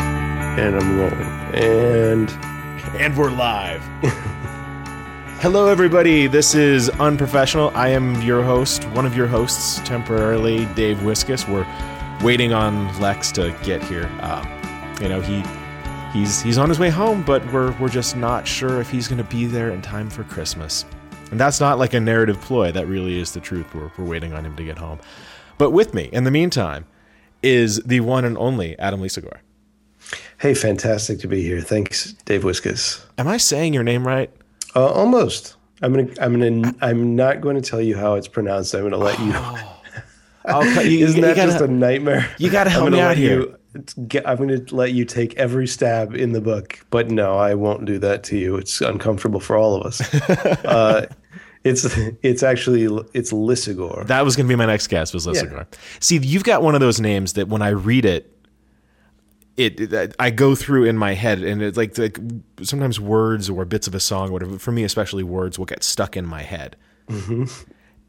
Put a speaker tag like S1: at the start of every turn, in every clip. S1: And I'm rolling. And
S2: And we're live. Hello, everybody. This is Unprofessional. I am your host, one of your hosts temporarily, Dave Wiskus. We're waiting on Lex to get here. Um, you know, he he's he's on his way home, but we're we're just not sure if he's going to be there in time for Christmas. And that's not like a narrative ploy. That really is the truth. We're we're waiting on him to get home. But with me, in the meantime, is the one and only Adam Lisagor.
S1: hey, fantastic to be here. Thanks, Dave Wiskus.
S2: Am I saying your name right?
S1: Uh, almost. I'm gonna. I'm gonna. I'm not going to tell you how it's pronounced. I'm gonna let you.
S2: I'll cut- Oh. you-
S1: Isn't
S2: you
S1: that
S2: gotta-
S1: just a nightmare?
S2: you gotta help
S1: I'm gonna
S2: me out
S1: let
S2: here.
S1: you- it's- get- I'm gonna let you take every stab in the book, but no, I won't do that to you. It's uncomfortable for all of us. uh, it's it's actually it's Lissigor.
S2: That was going to be my next guess was Lissagar. See, you've got one of those names that when I read it, it, it- I go through in my head, and it's like, like sometimes words or bits of a song, or whatever. For me, especially words will get stuck in my head. Mm-hmm.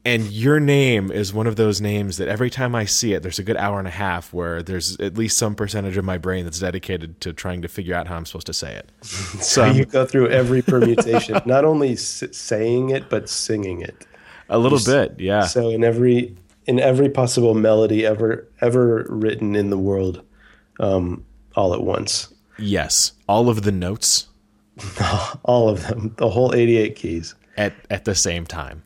S2: And your name is one of those names that every time I see it, there's a good hour and a half where there's at least some percentage of my brain that's dedicated to trying to figure out how I'm supposed to say it. So
S1: you
S2: I'm
S1: go through every permutation, not only s- saying it but singing it.
S2: a little bit, yeah.
S1: So in every in every possible melody ever ever written in the world, um, all at once,
S2: Yes, all of the notes
S1: all of them, the whole 88 keys.
S2: at at the same time.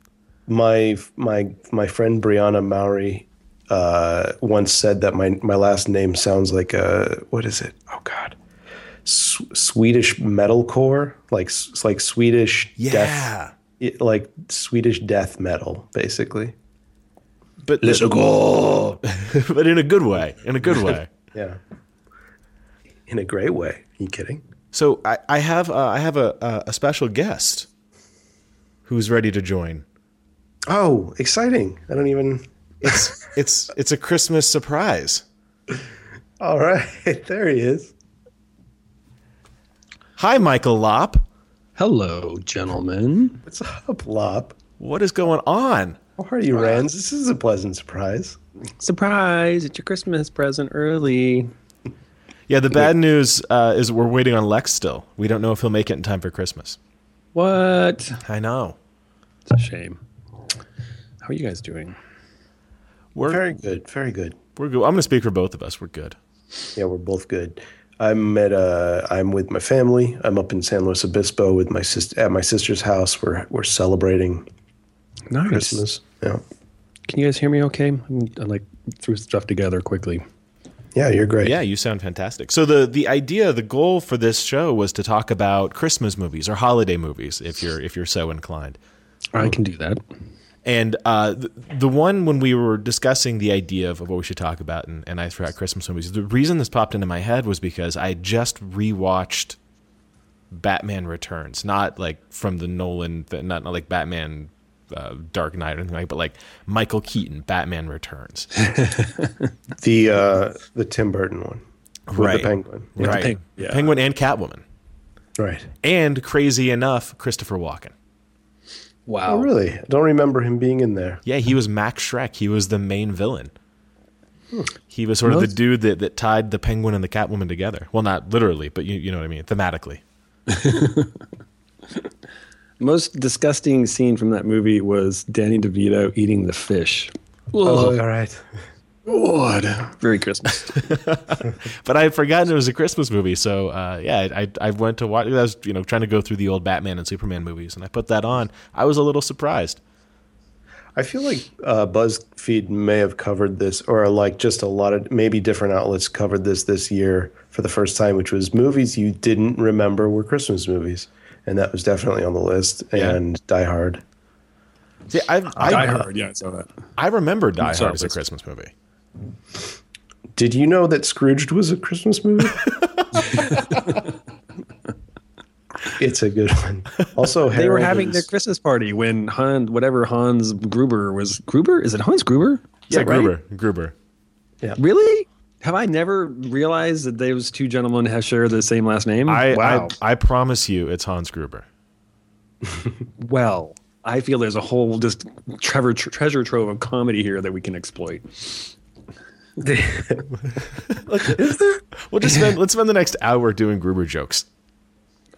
S1: My my my friend Brianna Mowry uh, once said that my my last name sounds like a what is it? Oh God, S- Swedish metalcore, like s- like Swedish death, it- like Swedish death metal, basically.
S2: but
S1: go.
S2: but in a good way, in a good way.
S1: Yeah. In a great way. Are you kidding?
S2: So I, I have uh, I have a, a a special guest who's ready to join.
S1: Oh, exciting. I don't even.
S2: It's it's it's a Christmas surprise.
S1: All right. There he is.
S2: Hi, Michael Lop.
S3: Hello, gentlemen.
S1: What's up, Lop?
S2: What is going on?
S1: How are you, Rans? This is a pleasant surprise.
S3: Surprise! It's your Christmas present early.
S2: Yeah, the bad news uh, is we're waiting on Lex still. We don't know if he'll make it in time for Christmas.
S3: What?
S2: I know.
S3: It's a shame. How are you guys doing?
S2: We're
S1: Very good. Very good.
S2: we're good. I'm going to speak for both of us. We're good.
S1: Yeah, we're both good. I'm at uh I'm with my family. I'm up in San Luis Obispo with my sister at my sister's house. We're we're celebrating
S3: Nice.
S1: Christmas. Yeah.
S3: Can you guys hear me? Okay, I'm, I like threw stuff together quickly.
S1: Yeah, you're great.
S2: Yeah, you sound fantastic. So the the idea, the goal for this show was to talk about Christmas movies or holiday movies, if you're if you're so inclined.
S3: I can do that.
S2: And uh, the, the one when we were discussing the idea of, of what we should talk about, and, and I threw out Christmas movies. The reason this popped into my head was because I just rewatched Batman Returns, not like from the Nolan, th- not, not like Batman uh, Dark Knight or anything like, but like Michael Keaton Batman Returns.
S1: The uh the Tim Burton one. With
S2: Right.
S1: the penguin.
S2: right,
S3: peng- yeah.
S2: Penguin and Catwoman,
S1: Right.
S2: and crazy enough, Christopher Walken.
S3: Wow.
S1: Oh really? I don't remember him being in there.
S2: Yeah, he was Max Shrek. He was the main villain. He was sort of the
S3: Most-
S2: dude that, that tied the penguin and the Catwoman together. Well, not literally, but you, you know what I mean, thematically.
S3: Most disgusting scene from that movie was Danny DeVito eating the fish.
S1: Oh, all right.
S3: Lord. Very Christmas.
S2: But I had forgotten it was a Christmas movie, so uh, yeah, I, I I went to watch. I was you know trying to go through the old Batman and Superman movies, and I put that on. I was a little surprised.
S1: I feel like uh, BuzzFeed may have covered this, or like just a lot of maybe different outlets covered this this year for the first time, which was movies you didn't remember were Christmas movies, and that was definitely on the list.
S2: Yeah.
S1: And Die Hard.
S2: See, I I,
S3: Hard. Yeah, I saw that.
S2: I remember Die
S3: Sorry,
S2: Hard as a
S3: please.
S2: Christmas movie.
S1: Did you know that Scrooged was a Christmas movie? it's a good one. Also,
S3: They were
S1: Harold
S3: having
S1: is-
S3: their Christmas party when Han, whatever Hans Gruber was. Gruber? Is it Hans Gruber? Is
S2: Yeah,
S3: that right?
S2: Gruber, Gruber.
S3: Really? Have I never realized that those two gentlemen have shared the same last name?
S2: I,
S3: wow.
S2: I I promise you, it's Hans Gruber.
S3: well, I feel there's a whole just Trevor tr- treasure trove of comedy here that we can exploit.
S1: Is there?
S2: We'll just spend let's spend the next hour doing Gruber jokes.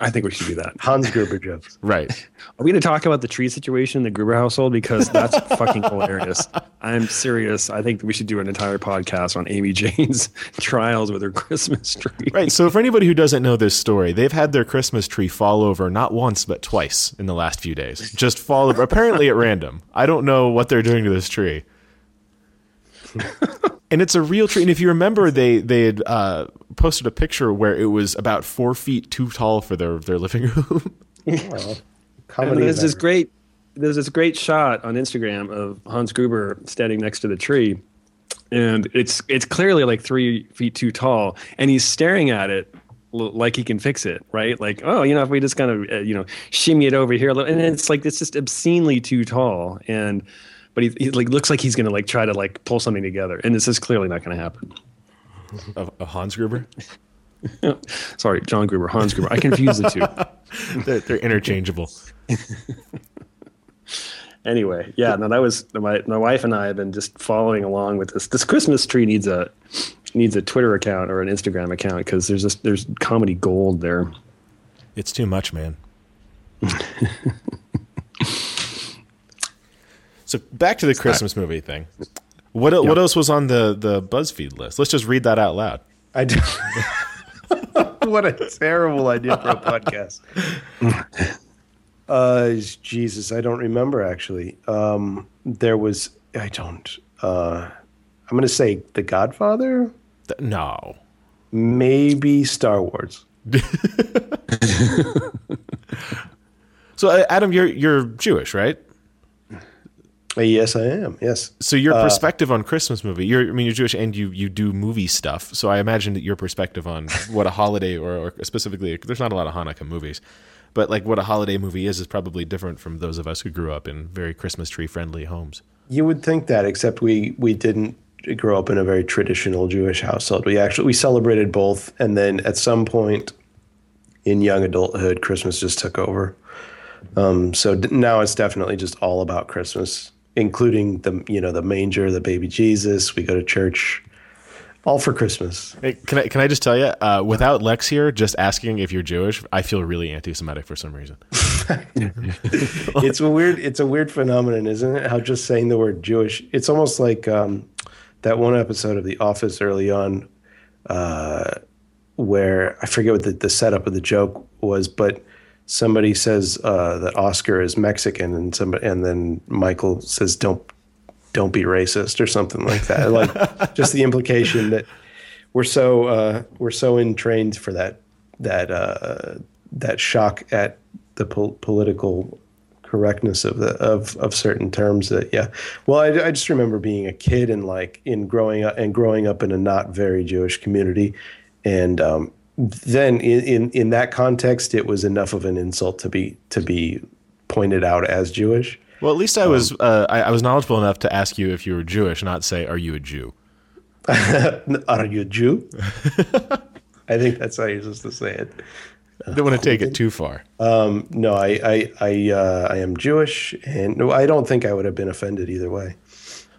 S3: I think we should do that.
S1: Hans Gruber jokes.
S2: Right.
S3: Are we going to talk about the tree situation in the Gruber household? Because that's fucking hilarious. I'm serious. I think we should do an entire podcast on Amy Jane's trials with her Christmas tree.
S2: Right. So for anybody who doesn't know this story, they've had their Christmas tree fall over not once but twice in the last few days. Just fall over apparently at random. I don't know what they're doing to this tree. and it's a real tree. And if you remember, they they had uh, posted a picture where it was about four feet too tall for their their living room.
S1: Well,
S3: And
S1: comedy.
S3: there's
S1: never-
S3: this great there's this great shot on Instagram of Hans Gruber standing next to the tree, and it's it's clearly like three feet too tall, and he's staring at it l- like he can fix it, right? Like, oh, you know, if we just kind of uh, you know shimmy it over here, a little- and it's like it's just obscenely too tall, and but he, he like looks like he's gonna like try to like pull something together, and this is clearly not gonna happen.
S2: A, a Hans Gruber.
S3: Sorry, John Gruber, Hans Gruber, I confuse the two.
S2: They're, they're interchangeable.
S3: anyway, yeah, no, that was my my wife and I have been just following along with this. This Christmas tree needs a needs a Twitter account or an Instagram account because there's just there's comedy gold there.
S2: It's too much, man. so back to the Christmas movie thing. What el- what else was on the the BuzzFeed list? Let's just read that out loud.
S1: I do. what a terrible idea for a podcast. Uh, Jesus, I don't remember actually. Um, there was I don't. Uh, I'm gonna say The Godfather,
S2: Th- no.
S1: maybe Star Wars.
S2: So uh, Adam, you're you're Jewish, right?
S1: Uh, Yes, I am. Yes,
S2: So your perspective on Christmas movie, you're I mean you're Jewish and you you do movie stuff. So I imagine that your perspective on what a holiday or, or specifically there's not a lot of Hanukkah movies, but like what a holiday movie is is probably different from those of us who grew up in very Christmas tree friendly homes.
S1: you would think that, except we we didn't grow up in a very traditional Jewish household. We actually we celebrated both, and then at some point in young adulthood, Christmas just took over. Um, so d- now it's definitely just all about Christmas, including the you know the manger, the baby Jesus. We go to church, all for Christmas.
S2: Hey, can I can I just tell you, uh, without Lex here, just asking if you're Jewish, I feel really anti-Semitic for some reason.
S1: it's a weird it's a weird phenomenon, isn't it? How just saying the word Jewish, it's almost like um, that one episode of The Office early on, uh, where I forget what the, the setup of the joke was, but somebody says uh, that Oscar is Mexican, and somebody and then Michael says don't don't be racist or something like that. like just the implication that we're so uh, we're so entrained for that that uh, that shock at the pol- political correctness of the of of certain terms that yeah well I, I just remember being a kid and like in growing up and growing up in a not very Jewish community and um, then in, in in that context it was enough of an insult to be to be pointed out as Jewish
S2: Well, at least I
S4: Um,
S2: was uh, I, I was knowledgeable enough to ask you if you were Jewish, not say, "Are you a Jew?"
S1: are you a Jew I think that's how you're supposed to say it
S2: I don't want to take it too far.
S1: No, I I I, uh, I am Jewish, and no, I don't think I would have been offended either way.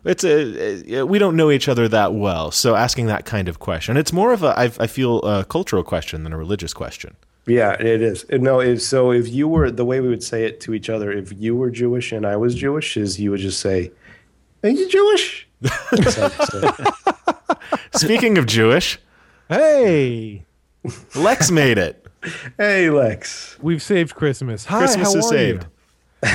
S2: It's a, uh, we don't know each other that well, so asking that kind of question, it's more of a I, I feel a cultural question than a religious question.
S1: Yeah, it is. No, if, so if you were the way we would say it to each other, if you were Jewish and I was Jewish, is you would just say, "Are you Jewish?" So- so-
S2: Speaking of Jewish,
S4: Hey,
S2: Lex made it.
S1: hey, Lex.
S4: we've saved Christmas. Hi,
S2: Christmas
S4: how
S2: is
S4: are
S2: saved.
S4: you?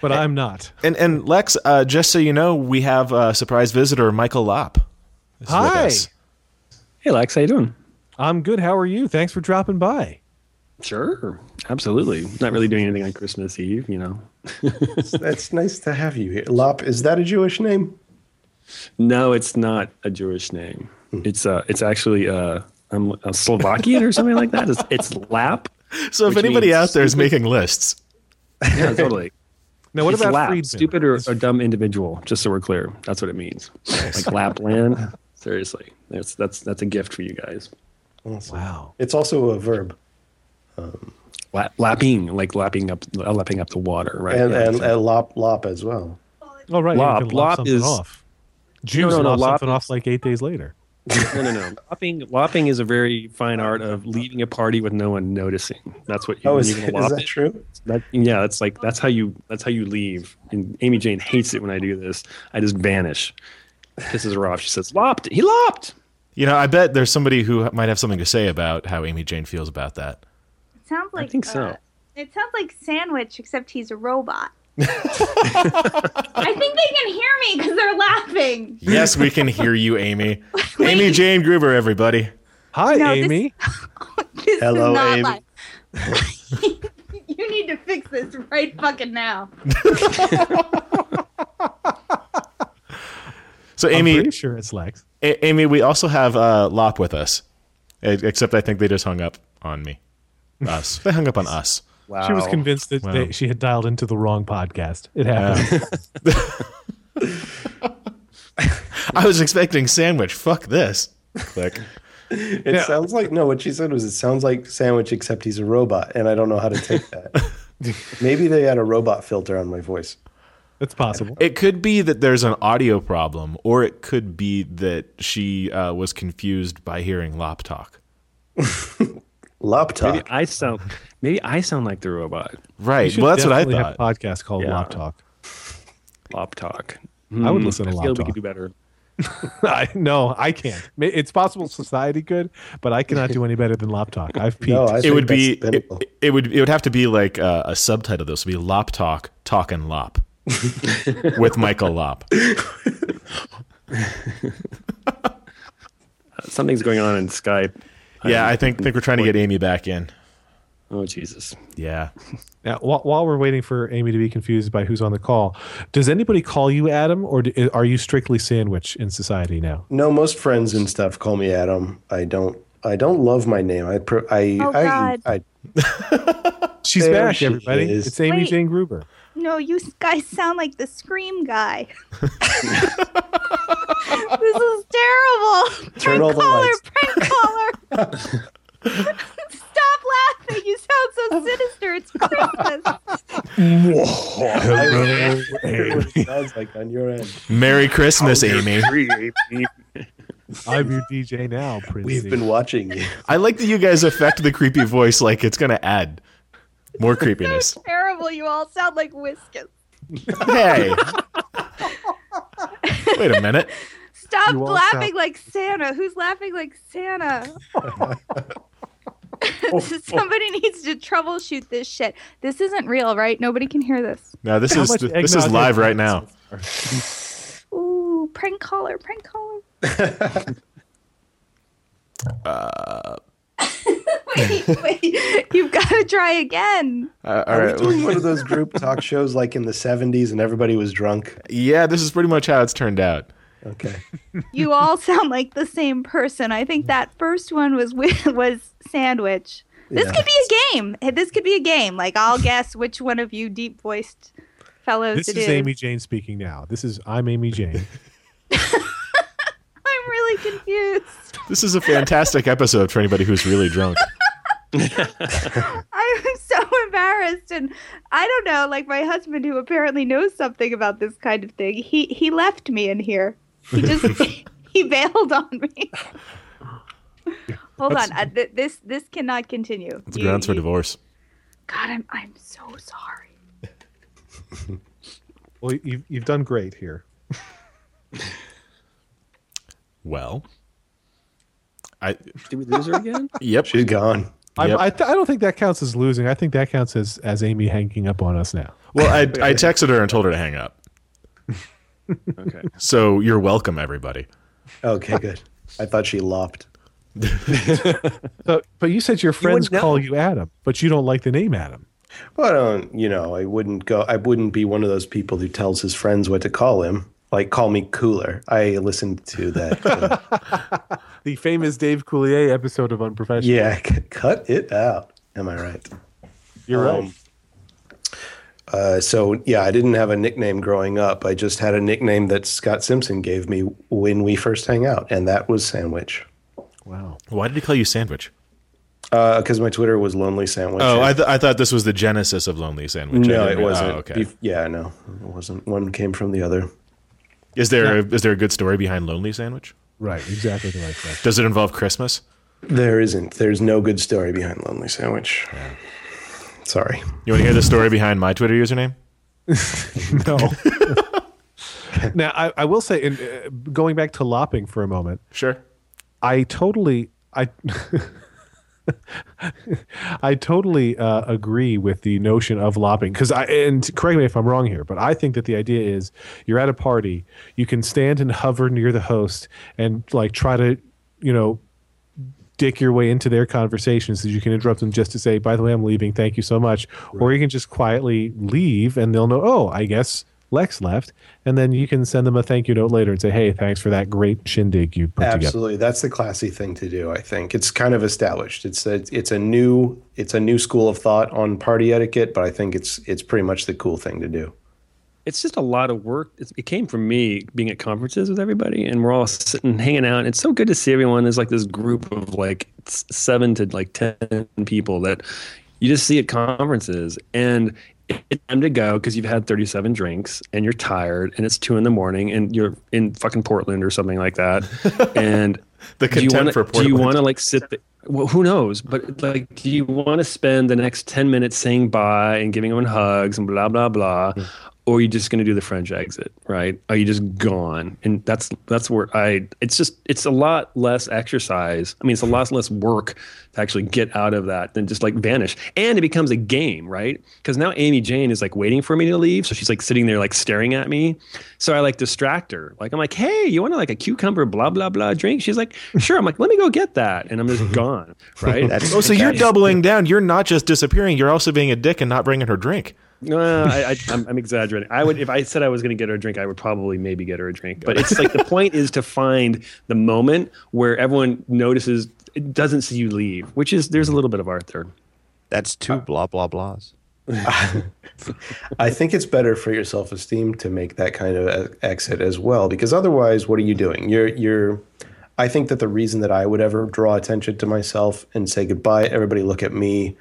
S4: but I'm not.
S2: And and Lex, uh, just so you know, we have a surprise visitor, Michael Lopp. is with
S4: Hi.
S2: us.
S3: Hey, Lex, how you doing?
S4: I'm good. How are you? Thanks for dropping by.
S3: Sure, absolutely. Not really doing anything on Christmas Eve, you know.
S1: That's nice to have you here. Lop, is that a Jewish name?
S3: No, it's not a Jewish name. It's uh, it's actually uh, I'm a Slovakian or something like that. It's, it's Lap.
S2: So if
S3: Which
S2: anybody
S3: means
S2: out there is making lists,
S3: Yeah, totally.
S4: Now, what
S3: it's
S4: about
S3: lap,
S4: Friedman?
S3: stupid or, or dumb individual? Just so we're clear, that's what it means. Like Lapland. Seriously, that's that's that's a gift for you guys.
S4: Wow.
S1: It's also a verb,
S3: La- lapping, like lapping up, uh, lapping up the water, right?
S1: and
S3: Yeah,
S1: and,
S3: so-
S1: and lop lop as well.
S4: All right.
S3: Lop.
S4: you can lop
S3: Lop
S4: something
S3: is-
S4: off. Jews
S3: no, no,
S4: lopped
S3: lop-
S4: something off like eight days later.
S3: No, no, no. lopping, lopping is a very fine art of leaving a party with no one noticing. That's what you,
S1: Oh, is, is
S3: you can lop
S1: that
S3: it.
S1: true?
S3: That- yeah, that's like that's how you that's how you leave. And Amy Jane hates it when I do this. I just vanish. Pisses her off. She says, "Lopped. He lopped."
S2: You know, I bet there's somebody who might have something to say about how Amy Jane feels about that.
S5: It sounds like
S3: think so.
S5: uh, it sounds like Sandwich, except he's a robot. I think they can hear me because they're laughing.
S2: Yes, we can hear you, Amy. Amy Jane Gruber, everybody.
S4: Hi,
S5: No, this-
S4: Amy.
S5: This
S1: Hello,
S5: is
S1: Amy.
S5: not live. you need to fix this right fucking now.
S2: So,
S4: I'm
S2: Amy,
S4: pretty sure it's Lex.
S2: A- Amy, we also have uh, Lop with us, E- except I think they just hung up on me. Us. they hung up on us.
S3: Wow.
S4: She was convinced that
S2: Wow.
S4: they, she had dialed into the wrong podcast. It happened.
S2: I was expecting sandwich. Fuck this. Click.
S1: It sounds like no. What she said was, "It sounds like sandwich, except he's a robot," and I don't know how to take that. Maybe they had a robot filter on my voice.
S4: It's possible.
S2: It could be that there's an audio problem, or it could be that she uh, was confused by hearing Lop talk.
S1: Laptop.
S3: Maybe I sound. Maybe I sound like the robot.
S4: You
S2: Right.
S4: should
S2: Well, that's what I
S4: definitely have
S2: thought.
S4: a podcast called
S3: Yeah.
S4: Lop Talk.
S3: Lop talk.
S4: I would listen to
S3: I
S4: Lop
S3: feel we
S4: Talk.
S3: could do better.
S4: I, no, I can't. Ma- It's possible society could, but I cannot do any better than Lop Talk. I've peaked.
S1: No, I
S2: It
S1: think
S2: would
S1: that's the
S2: be. It,
S1: pinnacle.
S2: it would. It would have to be like uh, a subtitle. This would be Lop Talk, Talk and Lop, with Michael Lop.
S3: Uh, Something's going on in Skype.
S2: Yeah, I think think we're trying to get Amy back in.
S3: Oh Jesus.
S2: Yeah.
S4: Now, while, while we're waiting for Amy to be confused by who's on the call, does anybody call you Adam, or do, are you strictly sandwich in society now?
S1: No, most friends and stuff call me Adam. I don't. I don't love my name. I. Pr- I,
S5: Oh,
S1: I,
S5: God.
S1: I.
S4: She's
S1: There
S4: back,
S1: she
S4: everybody.
S1: is.
S4: It's Amy
S5: Wait.
S4: Jane Gruber.
S5: No, you s- guys sound like the Scream guy. this is terrible.
S1: Turn all
S5: prank
S1: the
S5: caller,
S1: lights.
S5: prank caller. Stop laughing. You sound so sinister. It's Christmas.
S1: what it sounds like on your end.
S2: Merry Christmas,
S1: Oh,
S2: Amy.
S4: I'm your DJ now, Prince.
S1: We've been watching you.
S2: I like that you guys affect the creepy voice like it's going to add more creepiness.
S5: terrible. You all sound like Whiskas.
S2: Hey. Wait a minute.
S5: Stop
S4: You all
S5: laughing
S4: sound-
S5: like Santa. Who's laughing like Santa? Somebody needs to troubleshoot this shit. This isn't real, right? Nobody can hear this.
S2: No, this
S4: How
S2: is
S4: much
S2: this is
S4: eggnog
S2: live
S4: have
S2: right
S4: you
S2: now.
S4: had
S5: Ooh, prank caller, prank caller. wait, wait. You've got to try again.
S2: Uh, all
S1: Are we
S2: right.
S1: doing one of those group talk shows like in the '70s and everybody was drunk?
S2: Yeah, this is pretty much how it's turned out.
S1: Okay.
S5: You all sound like the same person. I think that first one was wi- was sandwich. This
S1: Yeah.
S5: could be a game. Hey, This could be a game. Like I'll guess which one of you deep voiced fellows
S4: This
S5: it
S4: is Amy Jane speaking now. This is I'm Amy Jane.
S5: I'm really confused.
S2: This is a fantastic episode for anybody who's really drunk.
S5: I'm so embarrassed, and I don't know. Like my husband, who apparently knows something about this kind of thing, he he left me in here. He just he bailed on me. Hold on, I, th- this this cannot continue.
S2: It's
S5: You-
S2: grounds for
S5: you-
S2: divorce.
S5: God, I'm I'm so sorry.
S4: well, you've, you've done great here.
S2: Well, I
S3: Did we lose her again?
S2: yep.
S1: She's gone.
S2: Yep.
S4: I, I, th- I don't think that counts as losing. I think that counts as as Amy hanging up on us now.
S2: Well, I I texted her and told her to hang up.
S3: Okay.
S2: So, you're welcome everybody.
S1: Okay, good. I thought she lopped.
S4: So, but you said your friends
S3: wouldn't know.
S4: call you Adam, but you don't like the name Adam.
S1: Well, I don't, um, you know, I wouldn't go, I wouldn't be one of those people who tells his friends what to call him. Like, call me cooler. I listened to that. uh,
S4: The famous Dave Coulier episode of Unprofessional.
S1: yeah, c- cut it out. Am I right?
S4: You're right.
S1: Um, Uh, so, yeah, I didn't have a nickname growing up. I just had a nickname that Scott Simpson gave me when we first hang out, and that was Sandwich.
S4: wow.
S2: Why did he call you sandwich?
S1: Because Uh, my Twitter was Lonely Sandwich.
S2: Oh, I, th- I thought this was the genesis of Lonely Sandwich. I
S1: no,
S2: didn't
S1: it
S2: rea-
S1: wasn't.
S2: Oh, okay.
S1: Bef- yeah, no, it wasn't. One came from the other.
S2: Is there is there a good story behind Lonely Sandwich?
S4: Right, exactly the right question.
S2: Does it involve Christmas?
S1: There isn't. There's no good story behind Lonely Sandwich. Sorry.
S2: You want to hear the story behind my Twitter username?
S4: No. now, I, I will say, in, uh, going back to lopping for a moment,
S2: Sure.
S4: I totally, I, I totally uh, agree with the notion of lopping because I and correct me if I'm wrong here, but I think that the idea is you're at a party, you can stand and hover near the host and like try to, you know, dick your way into their conversations that you can interrupt them just to say, by the way, I'm leaving. Thank you so much. Or you can just quietly leave and they'll know, oh, I guess Lex left. And then you can send them a thank you note later and say, hey, thanks for that great shindig you put together.
S1: Absolutely. That's the classy thing to do, I think. It's kind of established. It's a it's a new it's a new school of thought on party etiquette, but I think it's it's pretty much the cool thing to do.
S3: it's just a lot of work. It's, it came from me being at conferences with everybody, and we're all sitting, hanging out. And it's so good to see everyone. There's like this group of like s- seven to like ten people that you just see at conferences, and it's time to go because you've had 37 drinks and you're tired, and it's two in the morning, and you're in fucking Portland or something like that, and
S2: The
S3: do you
S2: contempt
S3: wanna,
S2: for
S3: Do you
S2: Portland.
S3: want to like sit? th- well, who knows? But like, do you want to spend the next ten minutes saying bye and giving everyone hugs and blah blah blah,
S2: Hmm.
S3: or are you just going to do the French exit? Right? Are you just gone? And that's that's where I. It's just it's a lot less exercise. I mean, it's a lot less work to actually get out of that than just like vanish. And it becomes a game, right? Because now Amy Jane is like waiting for me to leave, so she's like sitting there like staring at me. So I like distract her. Like I'm like, hey, you want to like a cucumber blah blah blah drink? She's like, sure. I'm like, let me go get that, and I'm just gone, right?
S1: That's
S2: Oh, so you're doubling down. You're not just disappearing. You're also being a dick and not bringing her drink.
S3: No, uh, I, I, I'm, I'm exaggerating. I would, if I said I was going to get her a drink, I would probably maybe get her a drink. But it's like the point is to find the moment where everyone notices, it doesn't see you leave, which is there's a little bit of art there.
S6: That's two blah blah blahs.
S1: I think it's better for your self-esteem to make that kind of e- exit as well because otherwise what are you doing? You're you're I think that the reason that I would ever draw attention to myself and say goodbye, everybody look at me.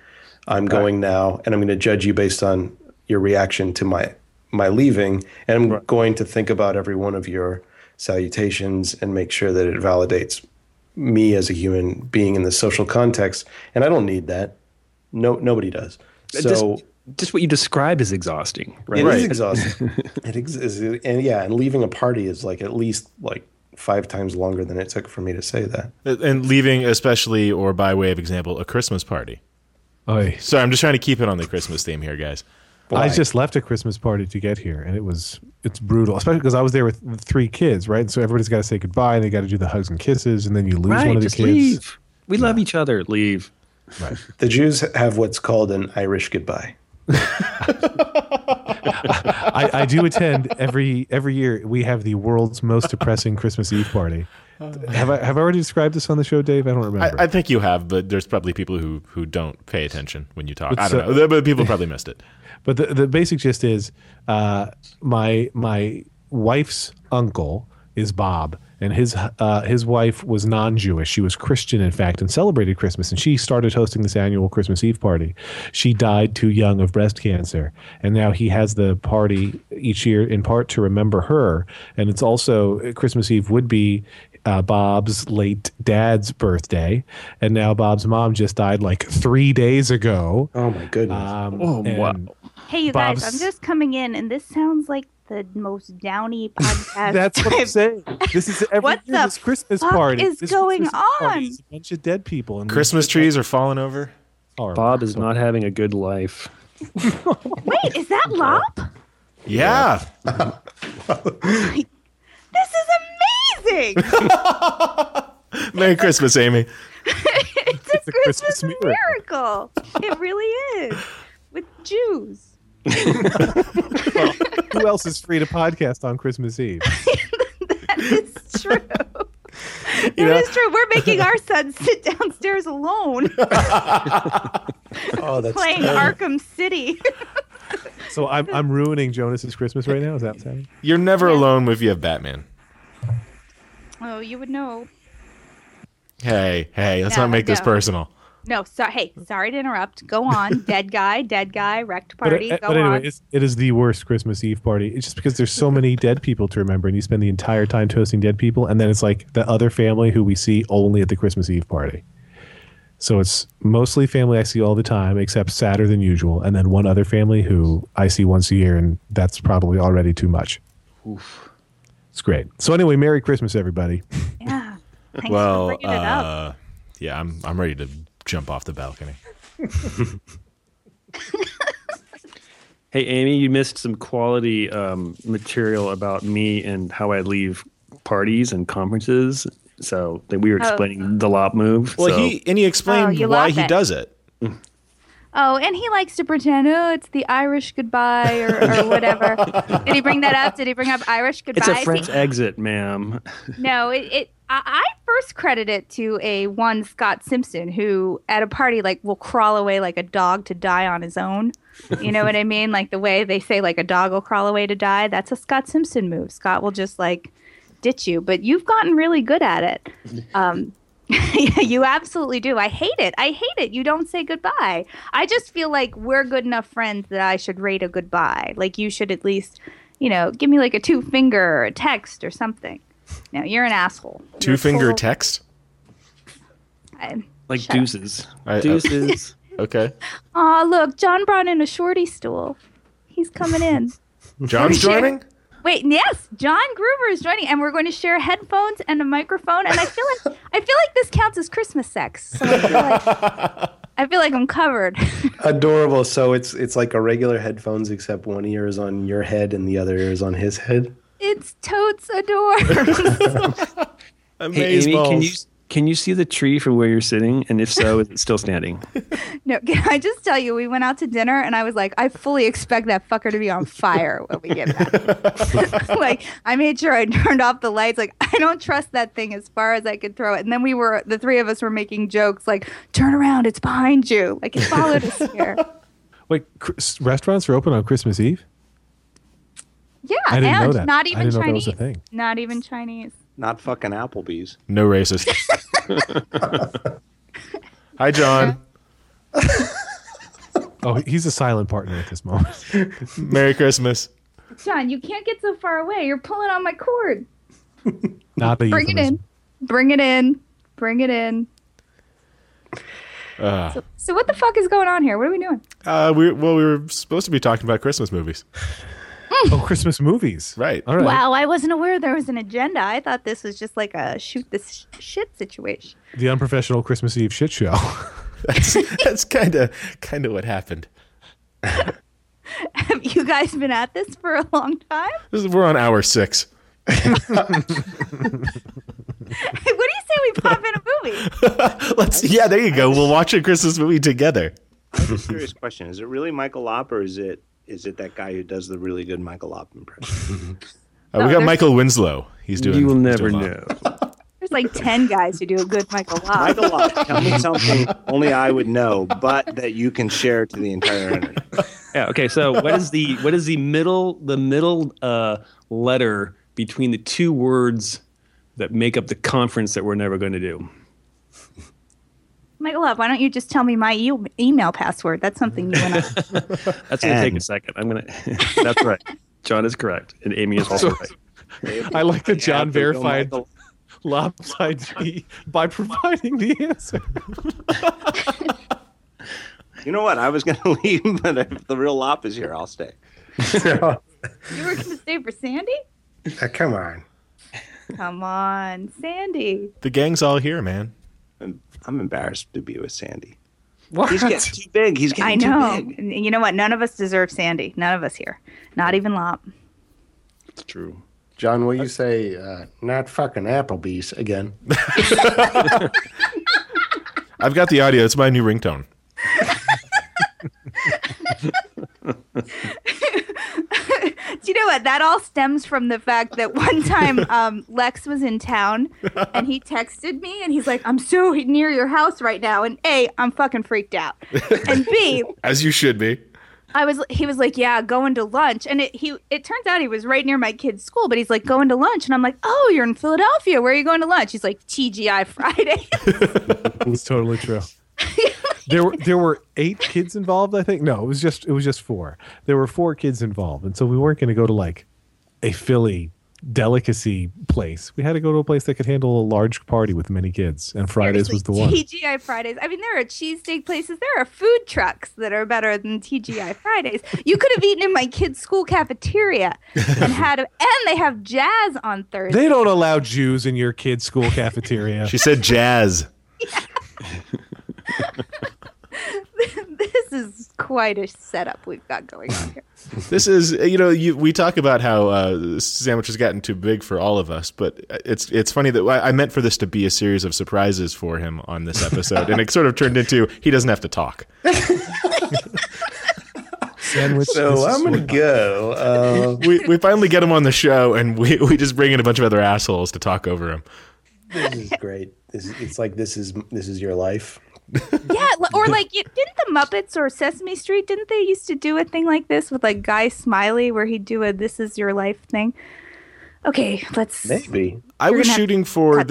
S1: I'm going now and I'm going to judge you based on your reaction to my my leaving and I'm going to think about every one of your salutations and make sure that it validates me as a human being in the social context and I don't need that. No nobody does. So
S3: just, just what you described is exhausting, right?
S1: it is exhausting. it ex- is, and yeah, and leaving a party is like at least like five times longer than it took for me to say that.
S2: And leaving, especially or by way of example, a Christmas party.
S4: Oy.
S2: Sorry, I'm just trying to keep it on the Christmas theme here, guys.
S4: I just left a Christmas party to get here, and it was it's brutal, especially because I was there with three kids, right? So everybody's got to say goodbye, and they got to do the hugs and kisses, and then you lose
S3: Right,
S4: one of the
S3: just
S4: kids.
S3: leave. We love each other. Leave.
S1: The Jews have what's called an Irish goodbye.
S4: I, I do attend every every year. We have the world's most depressing Christmas Eve party.
S3: Oh,
S4: Have I have I already described this on the show, Dave? I don't remember.
S2: I, I think you have, but there's probably people who, who don't pay attention when you talk. I
S4: so-
S2: don't know. But people probably missed it.
S4: but the, the basic gist is uh, my my wife's uncle is Bob and his uh, his wife was non-Jewish she was Christian in fact and celebrated Christmas and she started hosting this annual Christmas Eve party she died too young of breast cancer and now he has the party each year in part to remember her and it's also uh, Christmas Eve would be uh, Bob's late dad's birthday, and now Bob's mom just died like three days ago.
S1: Oh my goodness!
S4: Um,
S3: Oh, wow.
S4: and-
S5: Hey, you guys, I'm
S4: Bob's-
S5: just coming in, and this sounds like the most downy podcast.
S4: That's what I'm
S5: I've-
S4: saying. This is every
S5: What
S4: year,
S5: the
S4: this Christmas
S5: fuck
S4: party
S5: is
S4: This
S5: going
S4: Christmas party
S5: on?
S4: is a bunch of dead people and
S2: Christmas trees are falling over.
S3: Bob is not having a good life.
S5: Wait, is that Lop?
S2: Yeah.
S5: This is amazing!
S2: Merry Christmas, Amy.
S5: It's a
S4: a
S5: Christmas,
S4: Christmas miracle.
S5: miracle. It really is. With Jews.
S4: Who else is free to podcast on Christmas Eve?
S5: It's true. It
S2: know-
S5: is true. We're making our son sit downstairs alone
S1: oh, that's
S5: playing Arkham City.
S4: So I'm I'm ruining Jonas's Christmas right now. Is that what's happening?
S2: You're never alone if you have Batman.
S5: Oh, you would know.
S2: Hey, hey, let's
S5: No,
S2: not make this
S5: no.
S2: personal.
S5: no, sorry. Hey, sorry to interrupt. Go on. dead guy, dead guy, wrecked party.
S4: but,
S5: go
S4: but
S5: on.
S4: anyway, it's, it is the worst Christmas Eve party. It's just because there's so many dead people to remember, and you spend the entire time toasting dead people, and then it's like the other family who we see only at the Christmas Eve party. So it's mostly family I see all the time, except sadder than usual, and then one other family who I see once a year, and that's probably already too much. It's great. So anyway, Merry Christmas, everybody.
S5: yeah. Thanks
S2: well,
S5: for bringing it up.
S2: uh, yeah, I'm I'm ready to jump off the balcony.
S3: Hey, Amy, you missed some quality um, material about me and how I leave parties and conferences. So that we were
S5: Oh.
S3: explaining the lop move.
S2: Well,
S3: so,
S2: he and he explained
S5: you
S2: why
S5: laugh
S2: he
S5: at-
S2: does it.
S5: Oh, and he likes to pretend, oh, it's the Irish goodbye or, or whatever. Did he bring that up? Did he bring up Irish
S3: it's
S5: goodbye?
S3: a French exit, ma'am.
S5: No, it. it I, I first credit it to a one Scott Simpson who, at a party, like will crawl away like a dog to die on his own. You know what I mean? Like the way they say, like a dog will crawl away to die. That's a Scott Simpson move. Scott will just like ditch you, but you've gotten really good at it. Um, yeah, you absolutely do. I hate it. I hate it. You don't say goodbye. I just feel like we're good enough friends that I should rate a goodbye. Like you should at least, you know, give me like a two finger or a text or something. No, you're an asshole.
S2: Two finger text.
S3: Like
S5: Shut up.
S3: deuces.
S2: I- I-
S3: deuces.
S2: Okay,
S5: Oh, look, John brought in a shorty stool. He's coming in.
S2: John's joining.
S5: Wait, yes, John Gruber is joining, and we're going to share headphones and a microphone. And I feel like I feel like this counts as Christmas sex. So I, feel like, I feel like I'm covered.
S1: Adorable. So it's it's like a regular headphones, except one ear is on your head and the other ear is on his head.
S5: It's totes adore.
S3: hey, Amy, can
S2: Amazeballs.
S3: you can you see the tree from where you're sitting? And if so, is it still standing?
S5: no, can I just tell you, we went out to dinner, and I was like, I fully expect that fucker to be on fire when we get back. like, I made sure I turned off the lights. Like, I don't trust that thing as far as I could throw it. And then we were, the three of us were making jokes like, turn around, it's behind you. Like, it followed us here.
S4: Wait, Chris, restaurants are open on Christmas Eve?
S5: Yeah,
S4: I didn't
S5: and
S4: know that.
S5: not
S4: I
S5: even
S4: didn't know that was
S5: Chinese.
S4: a thing.
S5: Not even Chinese.
S7: Not fucking Applebee's.
S2: No racist. Hi, John.
S4: Oh, he's a silent partner at this moment.
S2: Merry Christmas.
S5: John, you can't get so far away. You're pulling on my cord.
S4: Not the
S5: Bring it
S4: euphemism.
S5: in. Bring it in. Bring it in.
S2: Uh,
S5: So what the fuck is going on here? What are we doing?
S2: uh, we well, we were supposed to be talking about Christmas movies,
S4: Oh, Christmas movies.
S2: right?
S4: All right.
S5: Wow, I wasn't aware there was an agenda. I thought this was just like a shoot this sh- shit situation.
S4: The unprofessional Christmas Eve shit show.
S2: That's that's kind of kind of what happened.
S5: Have you guys been at this for a long time?
S2: This is, we're on hour six.
S5: what do you say we pop in a movie?
S2: Let's yeah, there you go. We'll watch a Christmas movie together.
S7: Serious question: Is it really Michael Lopp, or is it is it that guy who does the really good Michael Lopp
S2: Uh,
S7: impression?
S2: we
S5: No,
S2: got
S5: there's-
S2: Michael Winslow. He's doing.
S3: you will
S2: he's
S3: never
S2: doing a lot.
S3: know.
S5: There's like ten guys who do a good Michael Lobb.
S7: Michael Lopp, tell me something only I would know, but that you can share to the entire internet.
S3: Yeah. Okay. So what is the what is the middle the middle uh, letter between the two words that make up the conference that we're never going to do?
S5: Michael Lobb, why don't you just tell me my e- email password? That's something you and I
S3: That's going to take a
S7: And-
S3: second. I'm going to. That's right. John is correct, and Amy is also right.
S4: I like that John
S7: Have to go
S4: verified
S7: Michael-
S4: Lop's ID by providing the answer.
S7: You know what? I was going to leave, but if the real Lopp is here, I'll stay.
S5: You were gonna stay for Sandy?
S1: uh, come on.
S5: Come on, Sandy.
S2: The gang's all here, man.
S7: I'm, I'm embarrassed to be with Sandy.
S3: What?
S7: He's getting too big. He's
S5: I
S7: getting
S5: know.
S7: too big.
S5: And You know what? None of us deserve Sandy. None of us here. Not even Lop.
S3: It's true.
S1: John, will you say uh, not fucking Applebee's again?
S2: I've got the audio. It's my new ringtone.
S5: Do you know what? That all stems from the fact that one time um, Lex was in town and he texted me and he's like, I'm so near your house right now. And A, I'm fucking freaked out. And B,
S2: As you should be.
S5: I was he was like, Yeah, going to lunch. And it he it turns out he was right near my kid's school, but he's like going to lunch. And I'm like, Oh, you're in Philadelphia. Where are you going to lunch? He's like, TGI Friday.
S4: It's totally true. there were there were eight kids involved. I think no, it was just it was just four. There were four kids involved, and so we weren't going to go to like a Philly delicacy place. We had to go to a place that could handle a large party with many kids, and Fridays was the
S5: Seriously,
S4: one.
S5: TGI Fridays. I mean, there are cheesesteak places. There are food trucks that are better than TGI Fridays. You could have eaten in my kids' school cafeteria and had, and they have jazz on Thursday.
S4: They don't allow Jews in your kids' school cafeteria.
S2: She said jazz.
S5: this is quite a setup we've got going on here.
S2: This is, you know, you, we talk about how uh, sandwich has gotten too big for all of us, but it's it's funny that I, I meant for this to be a series of surprises for him on this episode, and it sort of turned into he doesn't have to talk.
S4: Sandwich. this
S1: So
S4: is
S1: I'm gonna
S4: what-
S1: go. Uh,
S2: We, we finally get him on the show, and we, we just bring in a bunch of other assholes to talk over him.
S1: this is great. This, it's like this is this is your life.
S5: Yeah, li- or like, you, didn't the Muppets or Sesame Street? Didn't they used to do a thing like this with like Guy Smiley, where he'd do a "This is your life" thing? Okay, let's.
S1: Maybe
S2: I
S5: We're
S2: was
S5: gonna have
S2: shooting for
S5: cut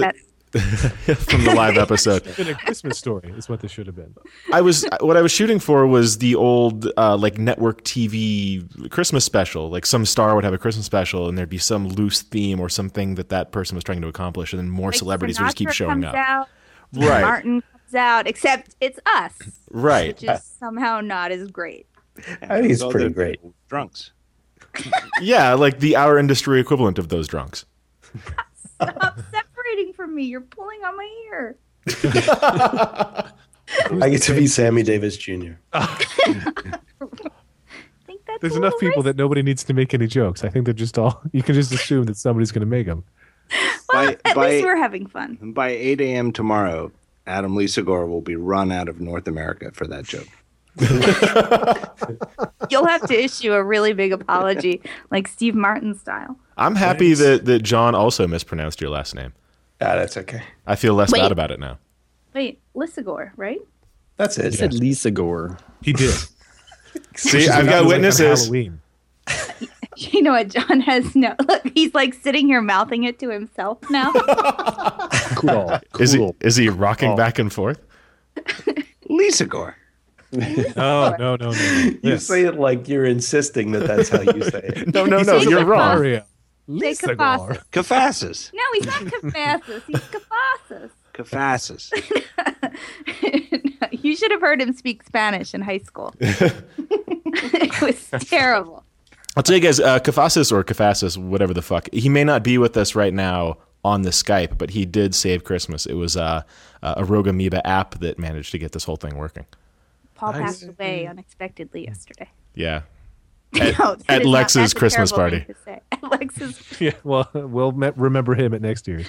S2: the, from the live episode.
S4: It's been a Christmas story. Is what this should have been.
S2: I was what I was shooting for was the old uh, like network TV Christmas special. Like some star would have a Christmas special, and there'd be some loose theme or something that that person was trying to accomplish, and then more
S5: Like,
S2: celebrities would just keep
S5: Sinatra
S2: showing up.
S5: comes out,
S2: Right.
S5: Martin comes out, except it's us,
S2: Right?
S5: which is somehow not as great.
S1: I think it's
S7: Those
S1: pretty
S7: other
S1: great.
S7: Drunks.
S2: Yeah, like the our industry equivalent of those drunks.
S5: Stop separating from me. You're pulling on my ear.
S1: I get to be Sammy Davis Jr.
S5: I think that's
S4: There's
S5: a
S4: enough
S5: little
S4: people
S5: racist.
S4: that nobody needs to make any jokes. I think they're just all. You can just assume that somebody's going to make them.
S5: Well,
S7: by,
S5: at
S7: by,
S5: least we're having fun.
S7: by 8 a.m. tomorrow, Adam Lisagor will be run out of North America for that joke.
S5: You'll have to issue a really big apology, like Steve Martin style.
S2: I'm happy that that John also mispronounced your last name.
S1: Ah, that's okay.
S2: I feel less
S5: Wait.
S2: bad about it now.
S5: Wait, Lissagore, right?
S1: That's
S3: He
S1: it.
S3: said Lisa Gore.
S4: He did.
S2: See, I've got witnesses.
S4: Halloween.
S5: You know what? John has no. Look, he's like sitting here mouthing it to himself now.
S3: Cool.
S2: Is he is he rocking back and forth?
S7: Lisagor.
S4: Oh no no no!
S1: You say it like you're insisting that that's how you say it.
S2: No, no,
S5: He
S2: no.
S5: says
S2: You're
S5: like
S2: wrong.
S4: Mario.
S5: Say
S4: Lisa
S5: Kephasis.
S7: Kephasis.
S5: No, he's not Kephasis. He's Kephasis.
S7: Kephasis.
S5: No, you should have heard him speak Spanish in high school. it was terrible.
S2: I'll tell you guys, uh, Kafasis or Kafasis, whatever the fuck, he may not be with us right now on the Skype, but he did save Christmas. It was uh, uh, a Rogue Amoeba app that managed to get this whole thing working.
S5: Paul passed away unexpectedly yesterday.
S2: Yeah.
S5: no, that
S2: at
S5: is not-
S2: Lex's
S5: that's a
S2: Christmas
S5: terrible thing
S2: party.
S5: to say. At Lex's.
S4: Yeah, well, we'll me- remember him at next year's.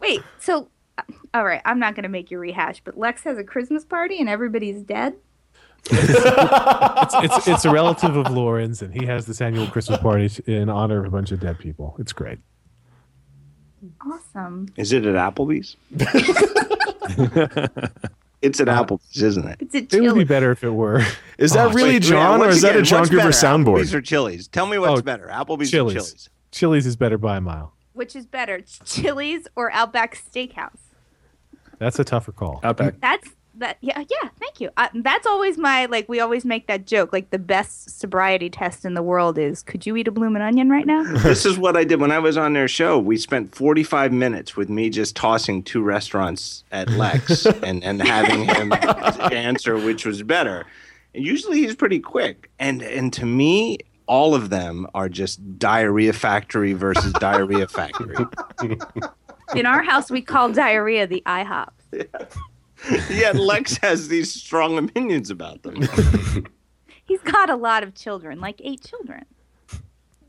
S5: Wait, so, uh, all right, I'm not going to make you rehash, but Lex has a Christmas party and everybody's dead?
S4: It's it's a relative of Lauren's, and he has this annual Christmas party in honor of a bunch of dead people. It's great.
S5: Awesome.
S7: Is it at Applebee's? it's at Applebee's, isn't it?
S5: It's a
S4: It would be
S5: chili.
S4: better if it were.
S2: Is that really
S7: Wait,
S2: John,
S7: Oh, yeah,
S2: or
S7: once
S2: is that a
S7: again,
S2: John
S7: what's
S2: Gruber
S7: better, Applebee's
S2: soundboard?
S7: or Chili's? Tell me what's
S4: Oh,
S7: better, Applebee's
S4: Chili's.
S7: or Chili's?
S4: Chili's is better by a mile.
S5: Which is better, Chili's or Outback Steakhouse?
S4: That's a tougher call.
S2: Uh,
S3: Outback.
S5: That's that. Yeah, yeah. Thank you. Uh, that's always my like. We always make that joke. Like the best sobriety test in the world is, could you eat a bloomin' onion right now?
S7: this is what I did when I was on their show. We spent 45 minutes with me just tossing two restaurants at Lex and, and having him answer which was better. And usually he's pretty quick. And and to me, all of them are just diarrhea factory versus diarrhea factory.
S5: in our house, we call diarrhea the IHOP.
S7: Yet Lex has these strong opinions about them.
S5: He's got a lot of children, like eight children.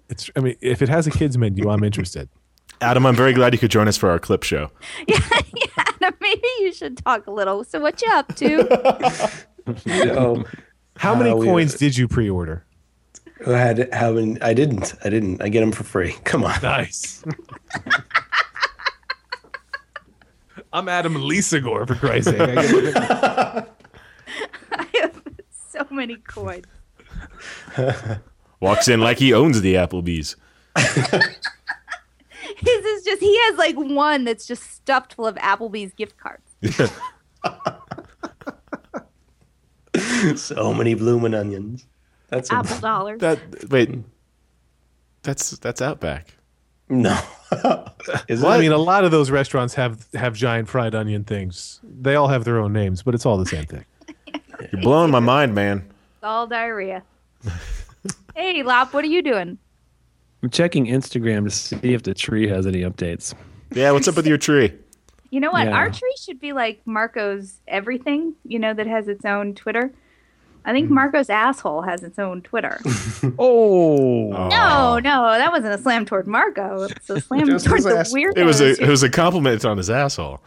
S4: It's. I mean, if it has a kids menu, I'm interested.
S2: Adam, I'm very glad you could join us for our clip show.
S5: Adam, maybe you should talk a little. So what you up to?
S1: No,
S4: How many
S1: Uh, we-
S4: coins did you pre-order?
S1: I had having I didn't. I didn't. I get them for free. Come on.
S4: Nice. I'm Adam Lisagor for Christ's sake. I get-
S5: I have so many coins.
S2: Walks in like he owns the Applebee's.
S5: His is just he has like one that's just stuffed full of Applebee's gift cards.
S1: so many blooming onions. That's a,
S5: Apple dollars.
S2: That wait, that's that's Outback.
S1: no. Is
S4: I
S1: it?
S4: mean, a lot of those restaurants have have giant fried onion things. They all have their own names, but it's all the same thing.
S2: You're blowing my mind, man.
S5: It's all diarrhea. hey, Lop, what are you doing?
S3: I'm checking Instagram to see if the tree has any updates.
S2: Yeah, what's up with your tree?
S5: You know what?
S3: Yeah.
S5: Our tree should be like Marco's everything, you know, that has its own Twitter. I think Marco's asshole has its own Twitter.
S3: Oh,
S5: No, no, that wasn't a slam toward Marco. It's a slam
S1: Just
S5: toward
S1: his
S5: the
S1: ass.
S5: weird.
S2: It was a it was a compliment on his asshole.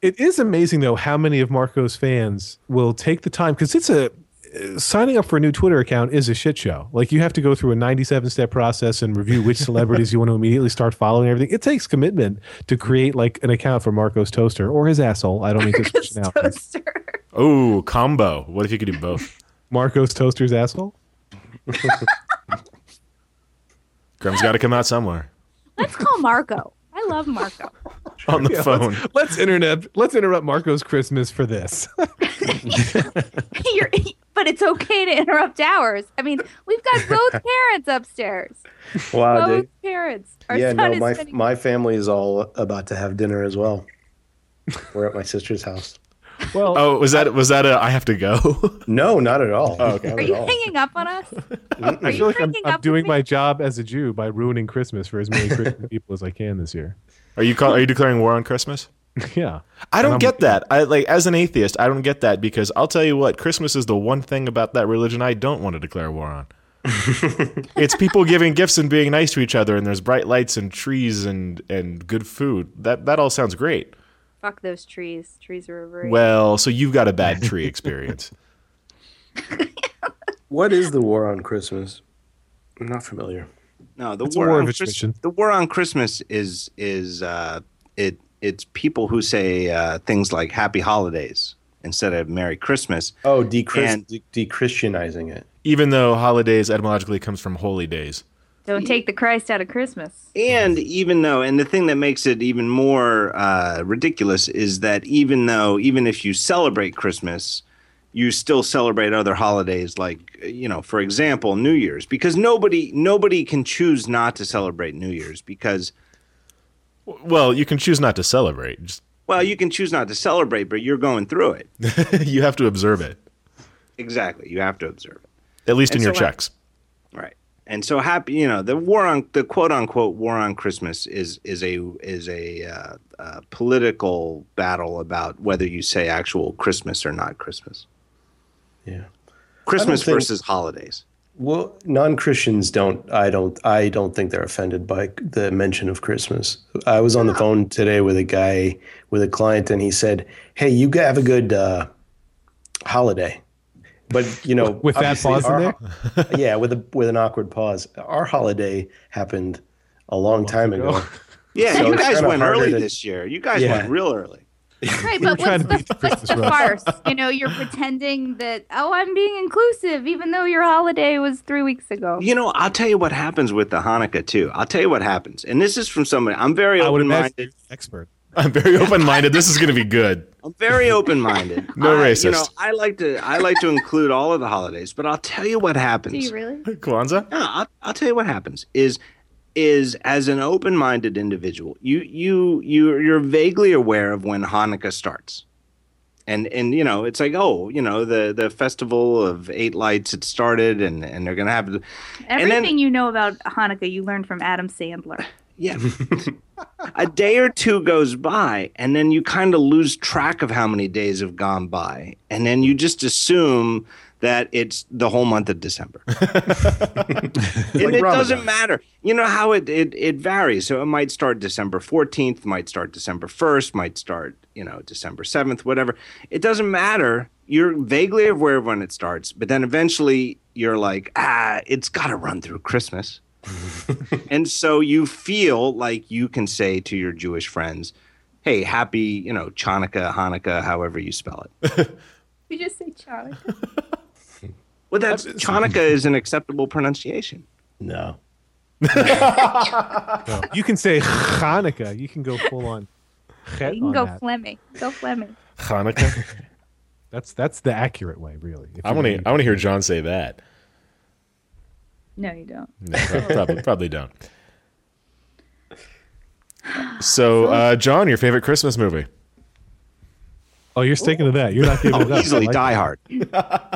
S4: it is amazing though how many of Marco's fans will take the time because it's a signing up for a new Twitter account is a shit show. Like you have to go through a 97 step process and review which celebrities you want to immediately start following. and Everything it takes commitment to create like an account for Marco's toaster or his asshole. I don't need to switch it out.
S5: toaster.
S2: Oh, combo. What if you could do both?
S4: Marco's toaster's asshole.
S2: Grum's got to come out somewhere
S5: Let's call Marco. I love Marco.
S2: on the phone.
S4: Let's internet. Let's interrupt Marco's Christmas for this.
S5: You're, but it's okay to interrupt ours. I mean, we've got both parents upstairs.
S4: Oh,
S1: wow,
S5: both
S1: dude.
S5: parents. Our
S1: yeah,
S5: son
S1: no,
S5: is
S1: my
S5: spending-
S1: my family is all about to have dinner as well. We're at my sister's house.
S4: well,
S2: Oh, was that was that a I have to go?
S1: No, not at all. okay.
S5: Are you hanging up on us?
S4: I feel like I'm,
S5: hanging up
S4: I'm
S5: with
S4: doing
S5: me?
S4: my job as a Jew by ruining Christmas for as many Christian people as I can this year.
S2: Are you call, are you declaring war on Christmas?
S4: yeah.
S2: I don't
S4: I'm-
S2: get that. I like as an atheist, I don't get that because I'll tell you what, Christmas is the one thing about that religion I don't want to declare war on. it's people giving gifts and being nice to each other and there's bright lights and trees and and good food. That that all sounds great.
S5: Fuck those trees. Trees are overrated.
S2: Well, so you've got a bad tree experience.
S1: What is the war on Christmas? I'm not familiar.
S7: No, the
S4: a
S7: war,
S4: war
S7: on
S4: of
S7: Chris-
S4: attrition.
S7: the war on Christmas is is uh, it it's people who say uh, things like Happy Holidays instead of Merry Christmas.
S1: Oh, de-Chris-
S7: And-
S1: de- de-Christianizing it.
S2: Even though holidays etymologically comes from holy days.
S5: Don't take the Christ out of Christmas.
S7: And even though, and the thing that makes it even more uh, ridiculous is that even though, even if you celebrate Christmas, you still celebrate other holidays like you know for example new year's because nobody nobody can choose not to celebrate new year's because
S2: Well, you can choose not to celebrate. Just
S7: well you can choose not to celebrate but you're going through it
S2: you have to observe it.
S7: exactly you have to observe it
S2: At least in
S7: And
S2: your
S7: so, like-
S2: checks.
S7: Right. And so happy, you know, the war on the quote unquote war on Christmas is is a is a uh, uh, political battle about whether you say actual Christmas or not Christmas.
S1: Yeah.
S7: Christmas
S1: think-
S7: versus holidays.
S1: Well, non-Christians don't. I don't. I don't think they're offended by the mention of Christmas. I was on the phone today with a guy with a client, and he said, "Hey, you g- have a good uh, holiday." But you know,
S4: With that
S1: obviously
S4: pause in
S1: our-
S4: there?
S1: yeah, with a with an awkward pause. Our holiday happened a long time ago.
S7: Yeah,
S1: So
S7: you
S1: it's
S7: guys
S1: kinda
S7: went
S1: harder
S7: early
S1: to-
S7: this year. You guys
S1: Yeah.
S7: went real early.
S5: Right, but
S4: trying
S5: what's
S4: to beat
S5: the,
S4: the
S5: what's
S4: Christmas
S5: the
S4: rush.
S5: farce? You know, you're pretending that oh, I'm being inclusive, even though your holiday was three weeks ago.
S7: You know, I'll tell you what happens with the Hanukkah too. I'll tell you what happens, and this is from somebody. I'm very
S4: I would
S7: open
S4: imagine
S7: minded.
S4: expert.
S2: I'm very open-minded. This is going to be good.
S7: I'm very open minded.
S2: No
S7: I, You
S2: racist.
S7: know, I like to I like to include all of the holidays, but I'll tell you what happens.
S5: Do you really?
S2: Kwanzaa?
S7: No, I'll, I'll tell you what happens is is as an open-minded individual, you you you you're vaguely aware of when Hanukkah starts. And and you know, it's like, oh, you know, the the festival of eight lights it started and and they're going to have the-
S5: Everything
S7: then-
S5: you know about Hanukkah, you learned from Adam Sandler.
S7: yeah. a day or two goes by and then you kind of lose track of how many days have gone by. And then you just assume that it's the whole month of December. and it doesn't matter. You know how it, it it varies. So it might start December 14th, might start December 1st, might start, you know, December 7th, whatever. It doesn't matter. You're vaguely aware of when it starts, but then eventually you're like, ah, it's got to run through Christmas. and so you feel like you can say to your Jewish friends, hey, happy, you know, Chanukah, Hanukkah, however you spell it.
S5: You just say Charlie.
S7: Well, that's Chanukah is an acceptable pronunciation.
S1: No.
S4: You can say Hanukkah. You can go full on.
S5: You can go Flemmy. Go Flemmy.
S2: Hanukkah.
S4: That's that's the accurate way, really. if
S2: I
S4: you're
S2: want to.
S4: gonna
S2: I want to hear John say that.
S5: No, you don't.
S7: Mm.
S2: No, prob- probably, probably don't. So, uh, John, your favorite Christmas movie?
S4: Oh, you're sticking to that. You're not giving it up. Oh, I
S6: Easily
S4: like
S6: Die
S4: that.
S6: Hard.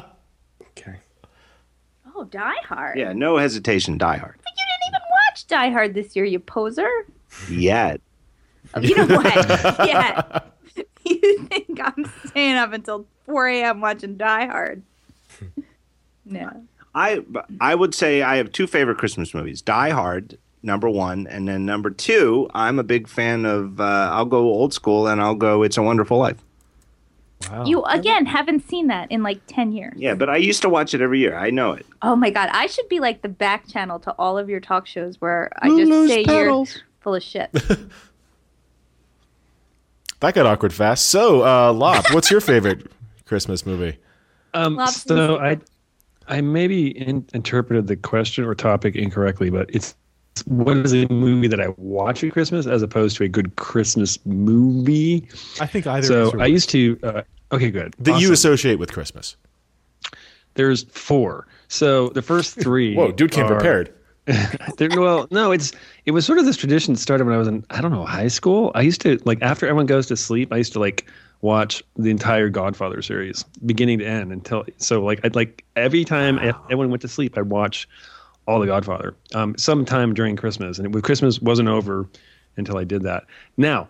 S1: Okay.
S5: Oh, Die Hard.
S7: Yeah, no hesitation, Die Hard.
S5: But you didn't even watch Die Hard this year, you poser.
S7: Yet.
S5: Oh, you know what? yeah. You think I'm staying up until 4 a.m. watching Die Hard? No.
S7: I I would say I have two favorite Christmas movies: Die Hard, number one, and then number two. I'm a big fan of. Uh, I'll go old school, and I'll go It's a Wonderful Life.
S4: Wow.
S5: You, again, haven't seen that in like 10 years.
S7: Oh, Yeah, but I used to watch it every year. I know it.
S5: Oh my God. I should be like the back channel to all of your talk shows where I just say you're full of shit.
S2: That got awkward fast. So, uh, Lop, what's your favorite Christmas movie?
S3: Um,
S5: Lobster
S3: so I,
S5: secret.
S3: I maybe in, interpreted the question or topic incorrectly, but it's it's what is a movie that I watch at Christmas as opposed to a good Christmas movie.
S4: I think either. of us
S3: so
S4: are
S3: I used to. Uh, okay, good.
S2: That you associate with Christmas?
S3: There's four. So the first three.
S2: Whoa, dude came
S3: are-
S2: prepared.
S3: There- well, no, it's it was sort of this tradition that started when I was in I don't know high school. I used to like after everyone goes to sleep, I used to like watch the entire Godfather series beginning to end until so like I'd like every time everyone went to sleep, I'd watch all the Godfather um, sometime during Christmas, and it, Christmas wasn't over until I did that. Now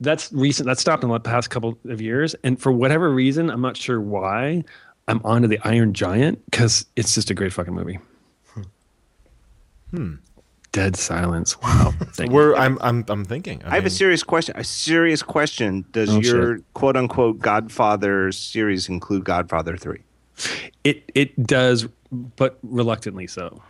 S3: that's recent. That stopped in the past couple of years, and for whatever reason, I'm not sure why. I'm onto the Iron Giant because it's just a great fucking movie. Dead silence. Wow. Thank you.
S2: We're, I'm, I'm, I'm thinking.
S7: I have a
S2: mean,
S7: serious question. A serious question. Does
S3: Oh,
S7: your quote unquote Godfather series include Godfather 3?
S3: It it does, but reluctantly so.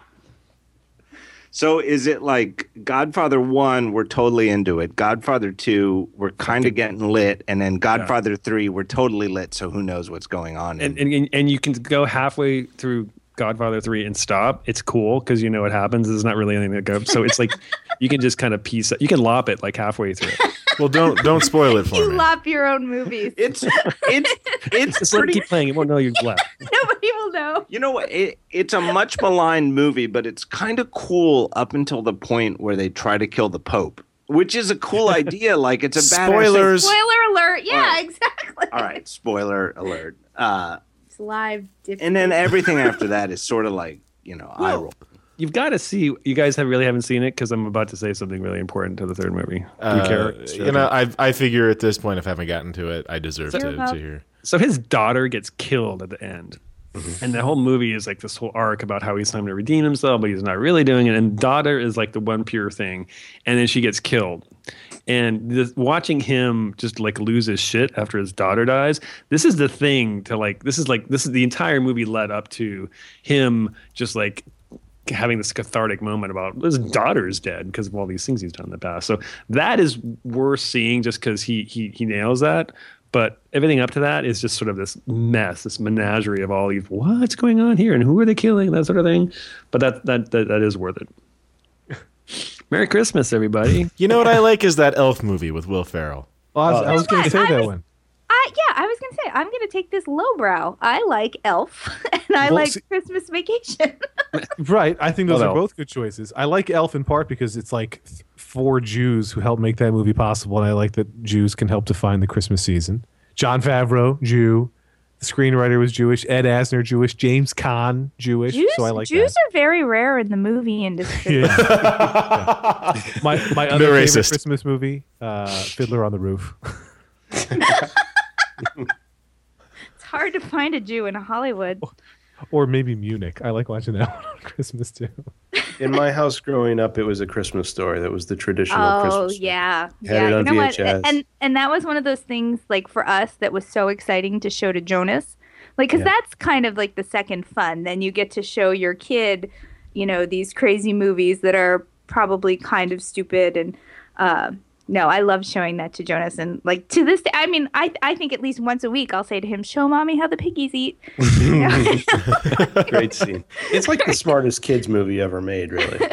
S7: So is it like Godfather 1, we're totally into it. Godfather 2, we're kind of getting lit. And then Godfather 3, we're totally lit. So who knows what's going on?
S3: And and and you can go halfway through Godfather three and stop. It's cool because you know what happens. There's not really anything that goes. So it's like you can just kind of piece. it. You can lop it like halfway through.
S2: Well, don't, don't spoil it for
S5: you
S2: me.
S5: love your own movies.
S7: it's, it's, it's
S3: Just let it
S7: pretty.
S3: keep playing. It won't know you've left.
S5: Nobody will know.
S7: You know what? It, it's a much maligned movie, but it's kind of cool up until the point where they try to kill the Pope, which is a cool idea. Like it's a badass thing.
S2: Spoilers.
S5: Spoiler alert. Yeah,
S7: All right.
S5: exactly.
S7: All right, spoiler alert. Uh,
S5: It's live. Different.
S7: and then everything after that is sort of like you know eye roll.
S3: You've got to see. You guys have really haven't seen it because I'm about to say something really important to the third movie.
S2: Uh,
S3: Three characters.
S2: you know, I, I figure at this point, if I haven't gotten to it, I deserve to,
S5: Fair enough.
S2: to hear.
S3: So his daughter gets killed at the end. And the whole movie is like this whole arc about how he's trying to redeem himself, but he's not really doing it. And daughter is like the one pure thing, and then she gets killed. And this, watching him just like lose his shit after his daughter dies, this is the thing to like. This is like this is the entire movie led up to him just like having this cathartic moment about his daughter is dead because of all these things he's done in the past. So that is worth seeing just because he, he he nails that. But everything up to that is just sort of this mess, this menagerie of all these what's going on here and who are they killing, that sort of thing. But that that that, that is worth it. Merry Christmas, everybody.
S2: You know what I like is that Elf movie with Will Ferrell.
S4: Well, I was, I was going
S5: I-
S4: to say
S5: I
S4: that
S5: was-
S4: one.
S5: I, yeah, I was gonna say I'm gonna take this lowbrow. I like Elf, and I
S4: Well,
S5: like
S4: see-
S5: Christmas Vacation.
S4: Right. I think those
S3: Well,
S4: are
S3: no.
S4: both good choices. I like Elf in part because it's like th- four Jews who helped make that movie possible, and I like that Jews can help define the Christmas season. John Favreau, Jew. The screenwriter was Jewish. Ed Asner, Jewish. James Caan, Jewish.
S5: Jews,
S4: so I like
S5: Jews
S4: that.
S5: are very rare in the movie industry.
S4: Yeah. Yeah. My my other favorite
S2: racist.
S4: Christmas movie, uh, Fiddler on the Roof.
S5: It's hard to find a Jew in Hollywood.
S4: or maybe Munich. I like watching that one on Christmas too.
S1: In my house growing up, it was a Christmas story. That was the traditional
S5: Oh
S1: Christmas. story.
S5: yeah,
S1: Had
S5: yeah.
S1: it
S5: you
S1: on
S5: know what?
S1: VHS.
S5: And and that was one of those things like for us that was so exciting to show to Jonas, like because
S1: Yeah.
S5: that's kind of like the second fun. Then you get to show your kid, you know, these crazy movies that are probably kind of stupid and. Uh, no, I love showing that to Jonas, and like to this day, I mean, I I think at least once a week I'll say to him, "Show mommy how the piggies eat." You know?
S1: Great scene. It's like the smartest kids movie ever made, really.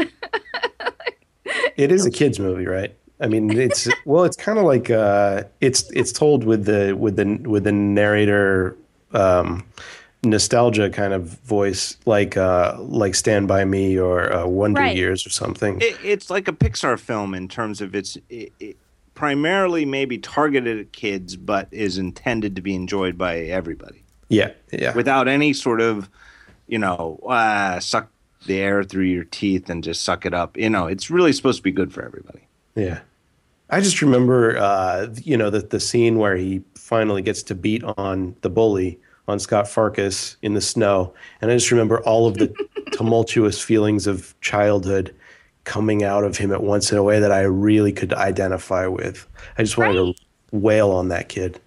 S1: It is a kids movie, right? I mean, it's well, it's kind of like uh, it's it's told with the with the with the narrator um, nostalgia kind of voice, like uh, like Stand by Me or uh, Wonder
S5: Right.
S1: Years or something.
S7: It, it's like a Pixar film in terms of its it, it primarily maybe targeted at kids, but is intended to be enjoyed by everybody
S1: yeah, yeah.
S7: without any sort of, you know, uh, suck the air through your teeth and just suck it up. You know, it's really supposed to be good for everybody.
S1: Yeah. I just remember, uh, you know, the, the scene where he finally gets to beat on the bully, on Scott Farkas in the snow. And I just remember all of the tumultuous feelings of childhood coming out of him at once in a way that I really could identify with. I just wanted
S5: Right.
S1: to wail on that kid.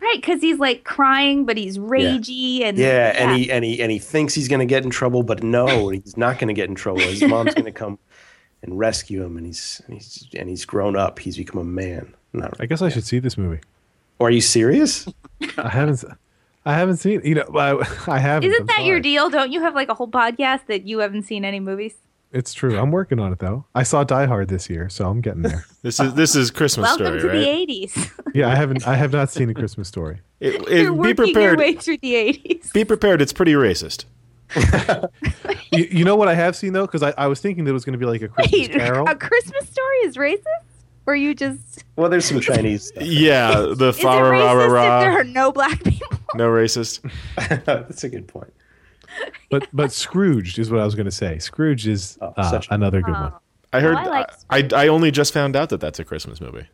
S5: Right, because he's like crying, but he's ragey and
S1: Yeah, and he and he and he thinks he's gonna get in trouble, but no, he's not gonna get in trouble. His mom's gonna come and rescue him, and he's and he's and he's grown up. He's become a man. Not
S4: I guess I should see this movie.
S1: Are you serious?
S4: I haven't. s- I haven't seen. You know, I, I haven't.
S5: Isn't
S4: I'm
S5: that your
S4: sorry.
S5: deal? Don't you have like a whole podcast that you haven't seen any movies?
S4: It's true. I'm working on it though. I saw Die Hard this year, so I'm getting there.
S2: This is this is Christmas
S5: Welcome
S2: story,
S5: to
S2: right?
S5: the 80s.
S4: yeah, I haven't. I have not seen a Christmas story.
S2: It- it-
S5: You're
S2: be
S5: working your
S2: prepared.
S5: way through the 80s.
S2: Be prepared. It's pretty racist.
S4: You, you know what I have seen though, because I, I was thinking that it was going to be like a Christmas
S5: Wait,
S4: Carol.
S5: a Christmas story is racist? Or you just.
S1: Well, there's some Chinese. Stuff.
S2: Yeah, the
S5: Is it
S2: fa ra ra
S5: racist if there
S2: ra.
S5: are no black people?
S2: No racist.
S1: That's a good point.
S4: But but Scrooged is what I was going to say. Scrooged is
S1: Oh,
S4: uh,
S1: such a-
S4: another good one.
S2: I heard.
S5: I like
S2: I, I only just found out that that's a Christmas movie.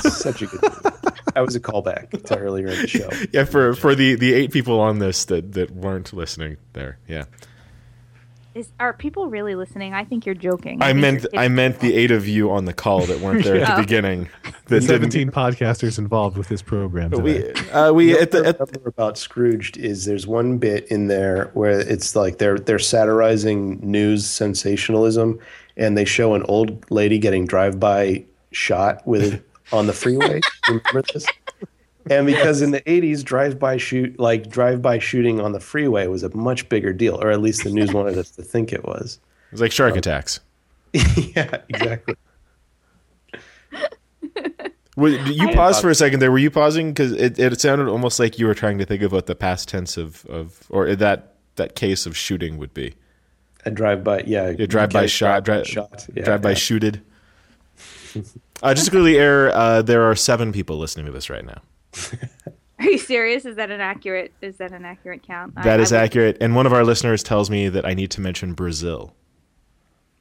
S1: Such a good. Point. That was a callback to earlier in the show.
S2: Yeah, for for the the eight people on this that that weren't listening there. Yeah,
S5: Is, are people really listening? I think you're joking.
S2: I
S5: think
S2: meant
S5: you're kidding.
S2: I meant the eight of you on the call that weren't there at
S5: Yeah.
S2: the beginning. That didn't.
S4: Seventeen podcasters involved with this program. Today.
S2: We uh, we at the at,
S1: Remember about Scrooged is there's one bit in there where it's like they're they're satirizing news sensationalism, and they show an old lady getting drive by shot with on the freeway. Remember this? And because in the '80s, drive-by shoot like drive-by shooting on the freeway was a much bigger deal, or at least the news wanted us to think it was.
S2: it was like shark attacks.
S1: yeah, exactly.
S2: Wait, did you
S5: I-
S2: paused for a second there. Were you pausing because it, it sounded almost like you were trying to think of what the past tense of, of or that that case of shooting would be.
S1: A drive-by, yeah.
S2: Yeah, drive by shot, drive,
S1: shot, yeah,
S2: drive by
S1: yeah.
S2: shooted. Uh, just to clear the air, uh, there are seven people listening to this right now.
S5: Are you serious? Is that an accurate? Is that an accurate count?
S2: That is
S5: I, I
S2: accurate. And one of our listeners tells me that I need to mention Brazil.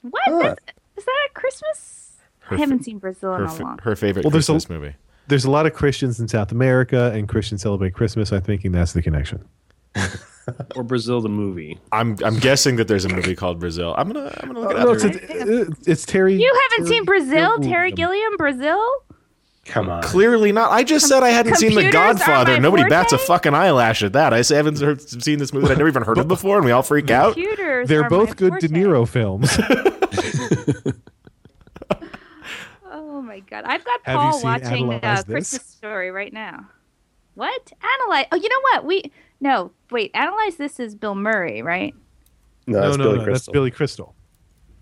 S5: would- What? That's- Is that a Christmas? I haven't seen Brazil in
S2: Her,
S5: a
S2: f-
S5: long.
S2: her favorite
S4: Well, there's a-
S2: Christmas movie.
S4: There's a lot of Christians in South America, and Christians celebrate Christmas. I'm thinking that's the connection.
S3: or Brazil the movie.
S2: I'm I'm guessing that there's a movie called Brazil. I'm gonna I'm gonna look it
S4: No,
S2: up.
S4: it's, it's, it's Terry.
S5: You haven't seen Brazil, Terry
S2: um,
S4: Gilliam.
S5: Gilliam, Brazil?
S1: Come on.
S2: Clearly not. I just said I hadn't seen The
S5: Computers are
S2: Godfather.
S5: my
S2: Nobody bats a
S5: forte?
S2: fucking eyelash at that. I say I haven't heard, seen this movie. that I've never even heard of before, and we all freak out.
S5: Computers.
S4: They're
S5: are my
S4: both good De
S5: forte.
S4: Niro films.
S5: Oh my god! I've got
S4: Have you
S5: Paul
S4: seen
S5: watching
S4: Analyze
S5: uh,
S4: This?
S5: Christmas Story right now. What? Analyze? Oh, you know what? We no. Wait, analyze this is Bill Murray, right?
S1: No,
S4: no,
S1: that's
S4: no,
S1: Billy
S4: no, that's
S1: Crystal.
S4: Billy Crystal.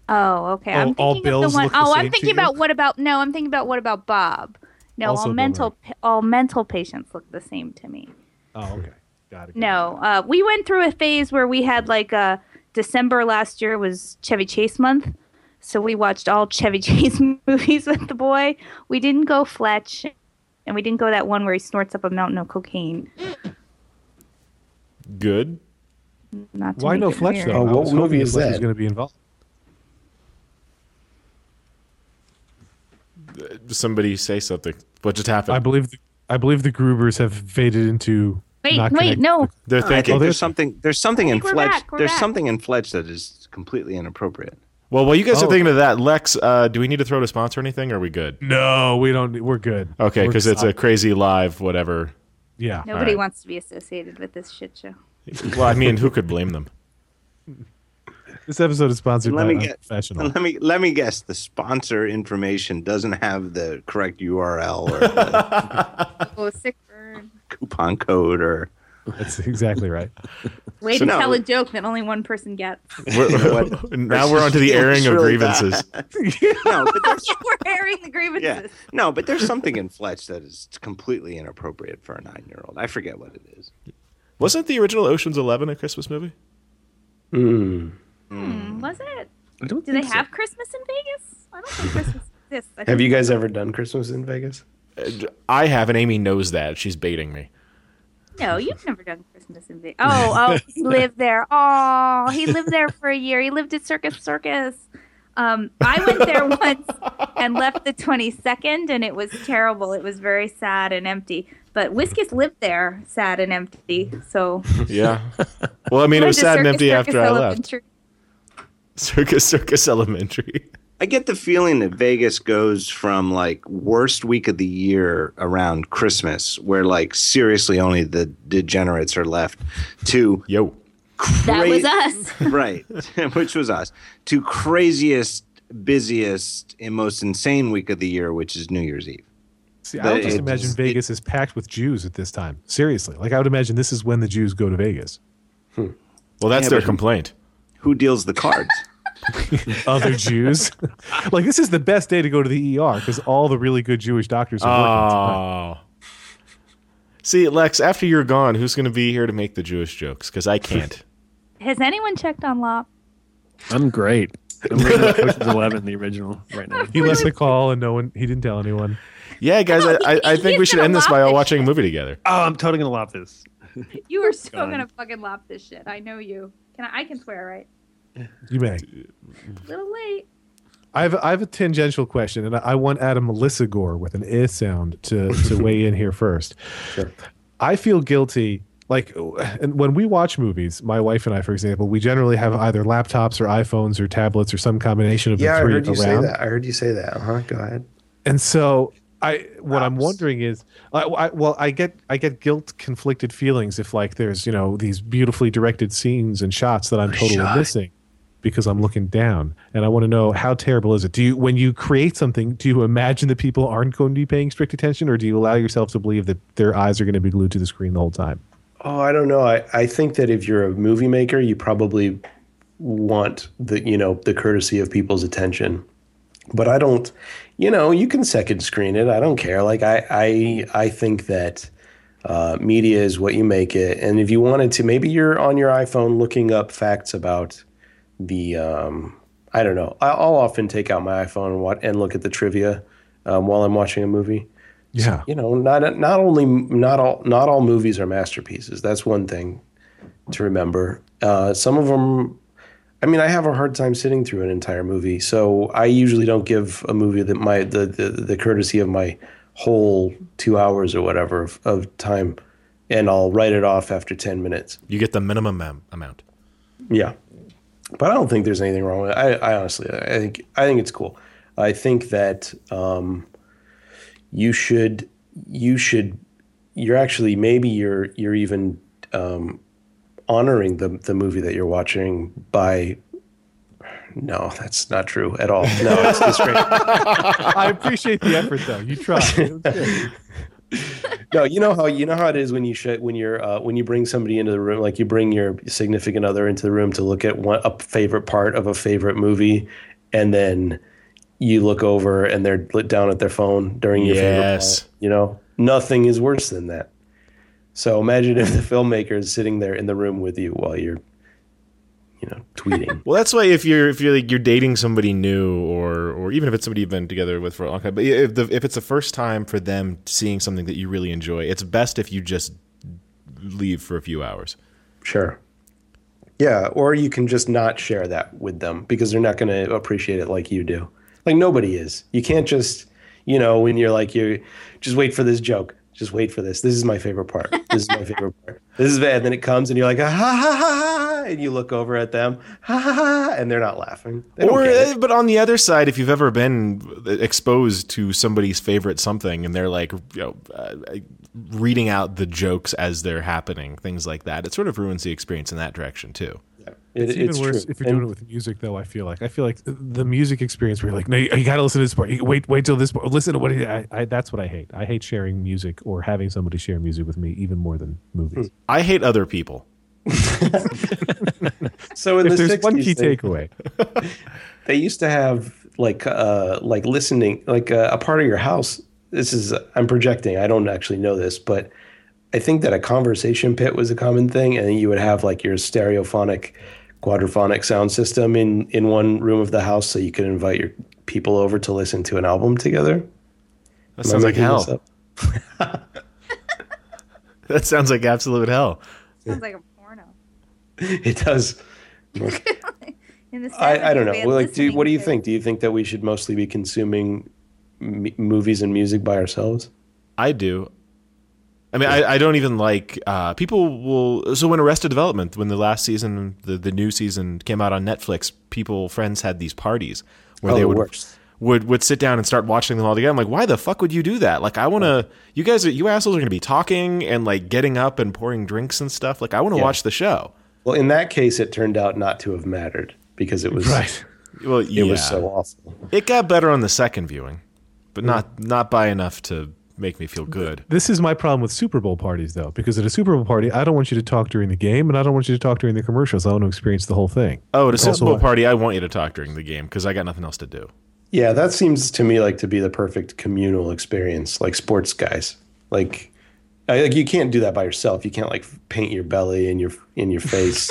S5: Oh, okay.
S4: All-
S5: I'm
S4: all
S5: thinking of
S4: Bills
S5: the one
S4: look the
S5: Oh,
S4: same
S5: I'm
S4: to
S5: thinking
S4: you?
S5: about what about? No, I'm thinking about what about Bob? No,
S4: Also
S5: all
S4: Bill
S5: mental pa- all mental patients look the same to me.
S4: Oh, okay, got it.
S5: No, uh, we went through a phase where we had like uh, December last year was Chevy Chase month, so we watched all Chevy Chase movies with the boy. We didn't go Fletch, and we didn't go that one where he snorts up a mountain of cocaine.
S2: Good.
S5: Not to
S4: Why
S5: make
S4: no
S5: it
S4: Fletch
S5: weird.
S4: though?
S1: Oh,
S4: I
S1: what
S4: was hoping
S1: movie is
S4: Fletch
S1: that?
S4: Was going to be involved.
S2: Somebody say something. What just happened?
S4: I believe. The, I believe the Grubers have faded into.
S5: Wait,
S4: not
S5: wait,
S4: connected-
S5: no.
S2: They're
S7: I
S2: thinking.
S7: think
S4: Oh,
S7: there's
S4: there's-
S7: something there's something in
S5: think we're
S7: Fletch
S5: back, we're
S7: there's
S5: back.
S7: something in Fletch that is completely inappropriate.
S2: well, while you guys
S4: Oh.
S2: are thinking of that, Lex, uh, do we need to throw to sponsor anything? Or are we good?
S4: No, we don't. We're good.
S2: Okay,
S4: We're
S2: because it's a
S4: solid.
S2: crazy live whatever.
S4: yeah.
S5: Nobody
S2: right.
S5: wants to be associated with this shit show.
S2: Well, I mean, who could blame them?
S4: This episode is sponsored
S7: Let
S4: by
S7: me get-
S4: Unprofessional.
S7: Let me let me guess. The sponsor information doesn't have the correct URL or the
S5: Oh, sick burn.
S7: coupon code or
S4: That's exactly right.
S5: Way
S7: So
S5: to
S7: no.
S5: tell a joke that only one person gets.
S2: now we're on to the airing of grievances.
S7: no, but there's,
S5: We're airing the grievances.
S7: yeah, no, but there's something in Fletch that is completely inappropriate for a nine-year-old. I forget what it is.
S2: Wasn't the original Ocean's Eleven a Christmas movie?
S5: Hmm, was it?
S3: I don't
S5: Do they
S3: think so.
S5: have Christmas in Vegas? I don't think Christmas exists. I
S1: Have
S5: think-
S1: you guys ever done Christmas in Vegas?
S2: I have, and Amy knows that. She's baiting me.
S5: No, you've never done Christmas in Vegas. Oh, oh, he lived there. Oh, he lived there for a year. He lived at Circus Circus. Um, I went there once and left the 22nd, and it was terrible. It was very sad and empty. But Whiskus lived there, sad and empty. So
S2: Yeah. Well, I mean, it was sad and empty after I left. Circus Circus Elementary.
S7: I get the feeling that Vegas goes from like worst week of the year around Christmas, where like seriously only the degenerates are left, to
S2: Yo.
S5: That was
S7: cra-
S5: us.
S7: right, which was us, to craziest, busiest, and most insane week of the year, which is New Year's Eve.
S4: See, I would
S7: It-
S4: just
S7: it-
S4: imagine
S7: it-
S4: Vegas is packed with Jews at this time. Seriously, like I would imagine this is when the Jews go to Vegas.
S2: Well, that's
S7: Yeah,
S2: their
S7: but-
S2: complaint.
S7: Who deals the cards?
S4: Other Jews, like this is the best day to go to the ER because all the really good Jewish doctors are working. at the time.
S2: Oh. See, Lex, after you're gone, who's going to be here to make the Jewish jokes? Because I can't.
S5: Has anyone checked on Lop?
S3: I'm great. I'm reading Ocean's Eleven, the original, right now.
S4: He left the call and no one. He didn't tell anyone.
S2: yeah, guys, I, I, I think we
S5: He's
S2: should
S5: gonna
S2: end this
S5: laugh
S2: by
S5: at
S2: all
S5: you.
S2: watching a movie together.
S3: Oh, I'm totally gonna lop this.
S5: You are so gonna fucking lop this shit. I know you. Can I? I can swear, right?
S4: You may.
S5: A little late.
S4: I have I have a tangential question, and I- I want Adam Melissa Gore with an "i" sound to to weigh in here first.
S1: Sure.
S4: I feel guilty. Like, and when we watch movies, my wife and I, for example, we generally have either laptops or iPhones or tablets or some combination of
S1: Yeah, I
S4: the three
S1: heard you say
S4: around.
S1: that. I heard you say that. Uh huh. Go ahead.
S4: And so, I what I'm wondering is, I, I, well, I get I get guilt conflicted feelings if like there's you know these beautifully directed scenes and shots that I'm totally missing because I'm looking down, and I want to know how terrible is it? Do you when you create something, do you imagine that people aren't going to be paying strict attention, or do you allow yourself to believe that their eyes are going to be glued to the screen the whole time?
S1: Oh, I don't know. I, I think that if you're a movie maker, you probably want the you know the courtesy of people's attention. But I don't, you know, you can second screen it. I don't care. Like I I I think that uh, media is what you make it. And if you wanted to, maybe you're on your iPhone looking up facts about the um, I don't know. I- I'll often take out my iPhone and, wa- and look at the trivia um, while I'm watching a movie
S4: Yeah,
S1: you know, not not only not all not all movies are masterpieces. That's one thing to remember. Uh, some of them, I mean, I have a hard time sitting through an entire movie, so I usually don't give a movie that my the the, the courtesy of my whole two hours or whatever of, of time, and I'll write it off after ten minutes.
S2: You get the minimum am- amount.
S1: Yeah, but I don't think there's anything wrong with it. I, I honestly, I think I think it's cool. I think that um, you should you should you're actually maybe you're you're even um, honoring the the movie that you're watching by. No, that's not true at all. No, it's this
S4: I appreciate the effort though. You tried.
S1: No, you know how you know how it is when you sh- when you're uh, when you bring somebody into the room, like you bring your significant other into the room to look at one a favorite part of a favorite movie, and then you look over and they're lit down at their phone during your
S2: Yes.
S1: favorite part. You know, nothing is worse than that. So imagine if the filmmaker is sitting there in the room with you while you're, you know, tweeting.
S2: Well, that's why if you're if you're like you're dating somebody new, or or even if it's somebody you've been together with for a long time, but if the if it's the first time for them seeing something that you really enjoy, it's best if you just leave for a few hours.
S1: sure. Yeah, or you can just not share that with them because they're not going to appreciate it like you do. Like nobody is. You can't just, you know, when you're like you just wait for this joke. Just wait for this. This is my favorite part. This is my favorite part. This is bad. And then it comes and you're like, ah, ha, ha, ha, ha, and you look over at them, ha, ha, ha, and they're not laughing. They don't
S2: Or,
S1: get it.
S2: uh, but on the other side, if you've ever been uh, exposed to somebody's favorite something, and they're like, you know, uh, reading out the jokes as they're happening, things like that, it sort of ruins the experience in that direction too.
S1: It-
S4: It's, even
S1: it's
S4: worse
S1: true.
S4: if you're
S1: And-
S4: doing it with music, though. I feel like I feel like the music experience where you're like, no, you, you got to listen to this part. You, wait, wait till this part. Listen to what he, I, I. That's what I hate. I hate sharing music or having somebody share music with me even more than movies.
S2: I hate other people.
S1: So in
S4: If
S1: the eh?
S4: there's
S1: 60s,
S4: one key
S1: they,
S4: takeaway,
S1: they used to have like uh, like listening like uh, a part of your house. This is I'm projecting. I don't actually know this, but I think that a conversation pit was a common thing, and you would have like your stereophonic, quadraphonic sound system in in one room of the house, so you could invite your people over to listen to an album together.
S2: That sounds like
S1: making this
S2: hell.
S1: up?
S2: That sounds like absolute hell.
S5: Sounds like a porno.
S1: It does.
S5: In the
S1: I, I don't
S5: 70s,
S1: know.
S5: we had
S1: Well, like, do,
S5: listening
S1: what do you
S5: to-
S1: think? Do you think that we should mostly be consuming m- movies and music by ourselves?
S2: I do. I mean, I, I don't even like uh, people will. So when Arrested Development, when the last season, the, the new season came out on Netflix, people friends had these parties where
S1: Oh,
S2: they
S1: the
S2: would
S1: worst.
S2: would would sit down and start watching them all together. I'm like, why the fuck would you do that? Like, I want to. You guys, are, you assholes are going to be talking and like getting up and pouring drinks and stuff. Like, I want to watch the show.
S1: Well, in that case, it turned out not to have mattered because it was
S2: Well,
S1: it
S2: yeah.
S1: was so awful.
S2: It got better on the second viewing, but not not by enough to make me feel good.
S4: this is my problem with Super Bowl parties, though, because at a Super Bowl party, I don't want you to talk during the game, and I don't want you to talk during the commercials. I want to experience the whole thing.
S2: Oh, at a Super
S4: Also-
S2: Bowl party, I want you to talk during the game because I got nothing else to do.
S1: Yeah, that seems to me like to be the perfect communal experience, like sports guys. Like, I, like you can't do that by yourself. You can't like paint your belly and your in your face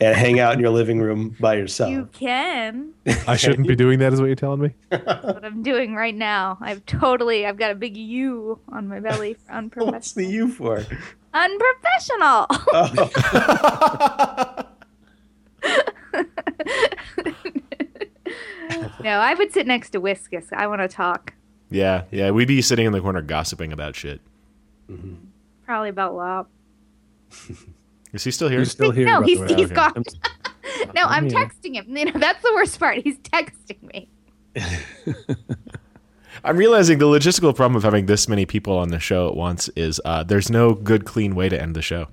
S1: and hang out in your living room by yourself.
S5: You can.
S4: I shouldn't be doing that, is what you're telling me.
S5: That's what I'm doing right now. I've totally. I've got a big U on my belly for
S1: What's the
S5: unprofessional.
S1: you for?
S5: Unprofessional.
S1: Oh.
S5: no, I would sit next to Whiskus. I want to talk.
S2: Yeah, yeah, we'd be sitting in the corner gossiping about shit.
S5: Probably about WAP.
S2: Is he still here?
S3: You're still here.
S5: no,
S3: by
S5: he's,
S3: the way.
S5: he's
S2: Okay.
S5: gone.
S3: I'm-
S5: no, I'm
S3: here.
S5: texting him. You know, that's the worst part. He's texting me.
S2: I'm realizing the logistical problem of having this many people on the show at once is uh, there's no good, clean way to end the show.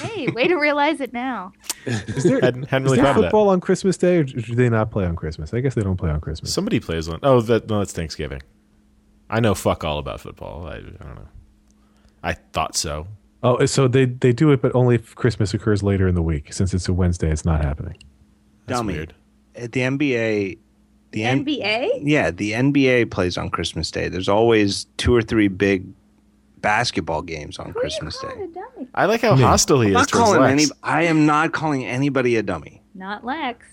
S5: Hey, way to realize it now.
S2: hadn't, hadn't
S4: Is
S2: really
S4: there
S2: thought of that.
S4: football on Christmas Day, or do they not play on Christmas? I guess they don't play on Christmas.
S2: Somebody plays one. Oh, that, no, that's Thanksgiving. I know fuck all about football. I, I don't know. I thought so.
S4: Oh, so they they do it, but only if Christmas occurs later in the week. Since it's a Wednesday, it's not happening.
S2: That's
S7: Dummy.
S2: weird.
S7: At the NBA, the N-
S5: NBA?
S7: yeah, the NBA plays on Christmas Day. There's always two or three big basketball games on Christmas
S5: What are
S7: Day.
S5: you calling a dummy?
S2: I like how hostile he
S7: I'm
S2: is.
S7: not
S2: towards
S7: calling
S2: Lex.
S7: any. I am not calling anybody a dummy.
S5: Not Lex.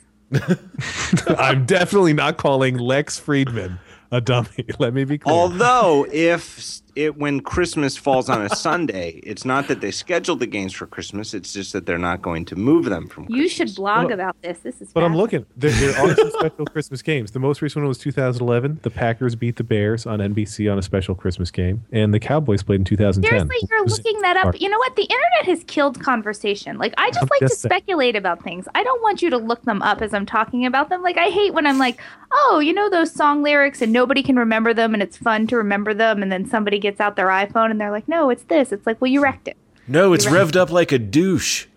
S4: I'm definitely not calling Lex Friedman a dummy. Let me be clear.
S7: Although, if it when Christmas falls on a Sunday, it's not that they scheduled the games for Christmas. It's just that they're not going to move them from.
S5: You
S7: Christmas.
S5: should blog about this. This is.
S4: but I'm
S5: fascinating.
S4: looking. There, there are some special Christmas games. The most recent one was 2011. The Packers beat the Bears on NBC on a special Christmas game, and the Cowboys played in 2010.
S5: Seriously, you're
S4: It was-
S5: looking that up.
S4: Mark.
S5: You know what? The internet has killed conversation. Like, I just
S4: I'm
S5: like to
S4: just saying.
S5: speculate about things. I don't want you to look them up as I'm talking about them. Like, I hate when I'm like, oh, you know those song lyrics and nobody can remember them and it's fun to remember them. And then somebody gets out their iPhone and they're like, no, it's this. It's like, well, you wrecked it.
S2: No, it's revved up like a douche.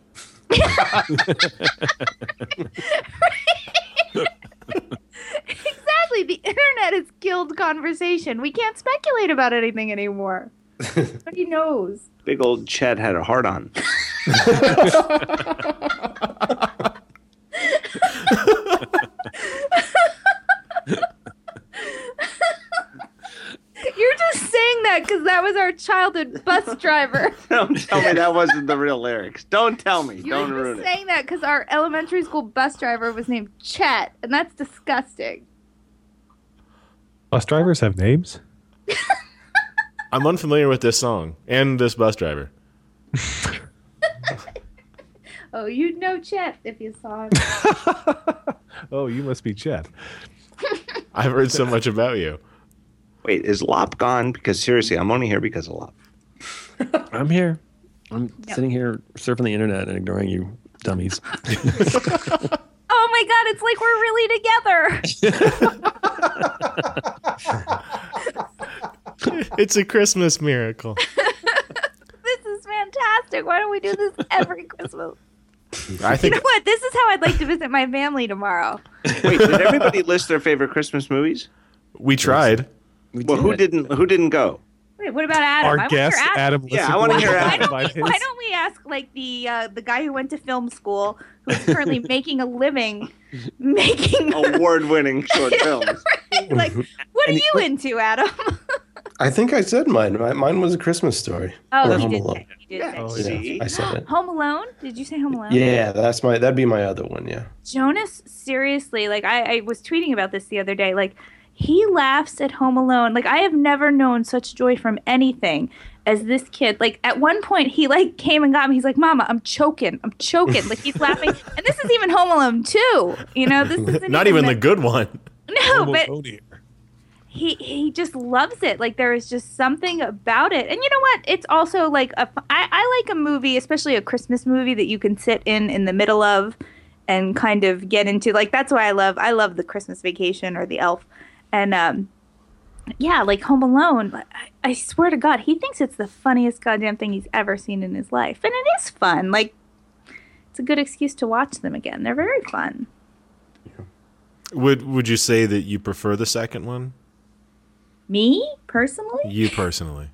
S5: Exactly. The internet has killed conversation. We can't speculate about anything anymore. Nobody knows.
S7: Big old Chet had a hard on.
S5: You're just saying that because that was our childhood bus driver.
S7: Don't tell me that wasn't the real lyrics. Don't tell me.
S5: You
S7: Don't
S5: were
S7: ruin
S5: just
S7: it.
S5: saying that because our elementary school bus driver was named Chet, and that's disgusting.
S4: Bus drivers have names.
S2: I'm unfamiliar with this song and this bus driver.
S5: Oh, you'd know Chet if you saw him.
S4: Oh, you must be Chad.
S2: I've heard so much about you.
S7: Wait, is Lop gone? Because seriously, I'm only here because of Lop.
S3: I'm here. I'm
S5: Yep.
S3: sitting here surfing the internet and ignoring you, dummies.
S5: oh my God, it's like we're really together.
S2: It's a Christmas miracle.
S5: This is fantastic. Why don't we do this every Christmas?
S2: I
S5: You
S2: think
S5: know what? This is how I'd like to visit my family tomorrow.
S7: Wait, did everybody list their favorite Christmas movies?
S2: we tried.
S3: We
S7: Well,
S3: did
S7: who
S3: it.
S7: didn't? Who didn't go?
S5: Wait, what about Adam? I
S4: Our
S5: wanna hear
S4: guest, Adam.
S7: Yeah,
S4: Lissick,
S7: I wanna
S4: will
S7: hear
S4: talk
S5: Why
S7: Adam.
S4: about
S5: don't, we,
S4: his-
S5: why don't we ask like the uh, the guy who went to film school who's currently making a living making
S7: Award-winning short films.
S5: like what are
S1: Oh. And-
S5: you into, Adam?
S1: I think I said mine. Mi- Mine was a Christmas story.
S5: Oh,
S1: Or
S5: you
S1: Home
S5: did
S1: Alone.
S5: say. You did
S7: Yeah.
S5: say.
S7: Oh,
S1: Yeah, I said it.
S5: Home Alone? Did you say Home Alone?
S1: Yeah, that's my. That'd be my other one. Yeah.
S5: Jonas, seriously, like I, I was tweeting about this the other day. Like he laughs at Home Alone. Like I have never known such joy from anything as this kid. Like at one point he like came and got me. He's like, Mama, I'm choking. I'm choking. Like he's laughing. And this is even Home Alone too. You know, this is
S2: Not even the good one.
S5: No, but
S4: Tony.
S5: he he just loves it. Like there is just something about it. And you know what? It's also like a f- I, I like a movie, especially a Christmas movie that you can sit in in the middle of and kind of get into. Like that's why I love I love the Christmas Vacation or the Elf, and um, yeah, like Home Alone. But I, I swear to God, he thinks it's the funniest goddamn thing he's ever seen in his life, and it is fun. Like it's a good excuse to watch them again. They're very fun.
S2: Would Would you say that you prefer the second one?
S5: Me personally.
S2: You personally?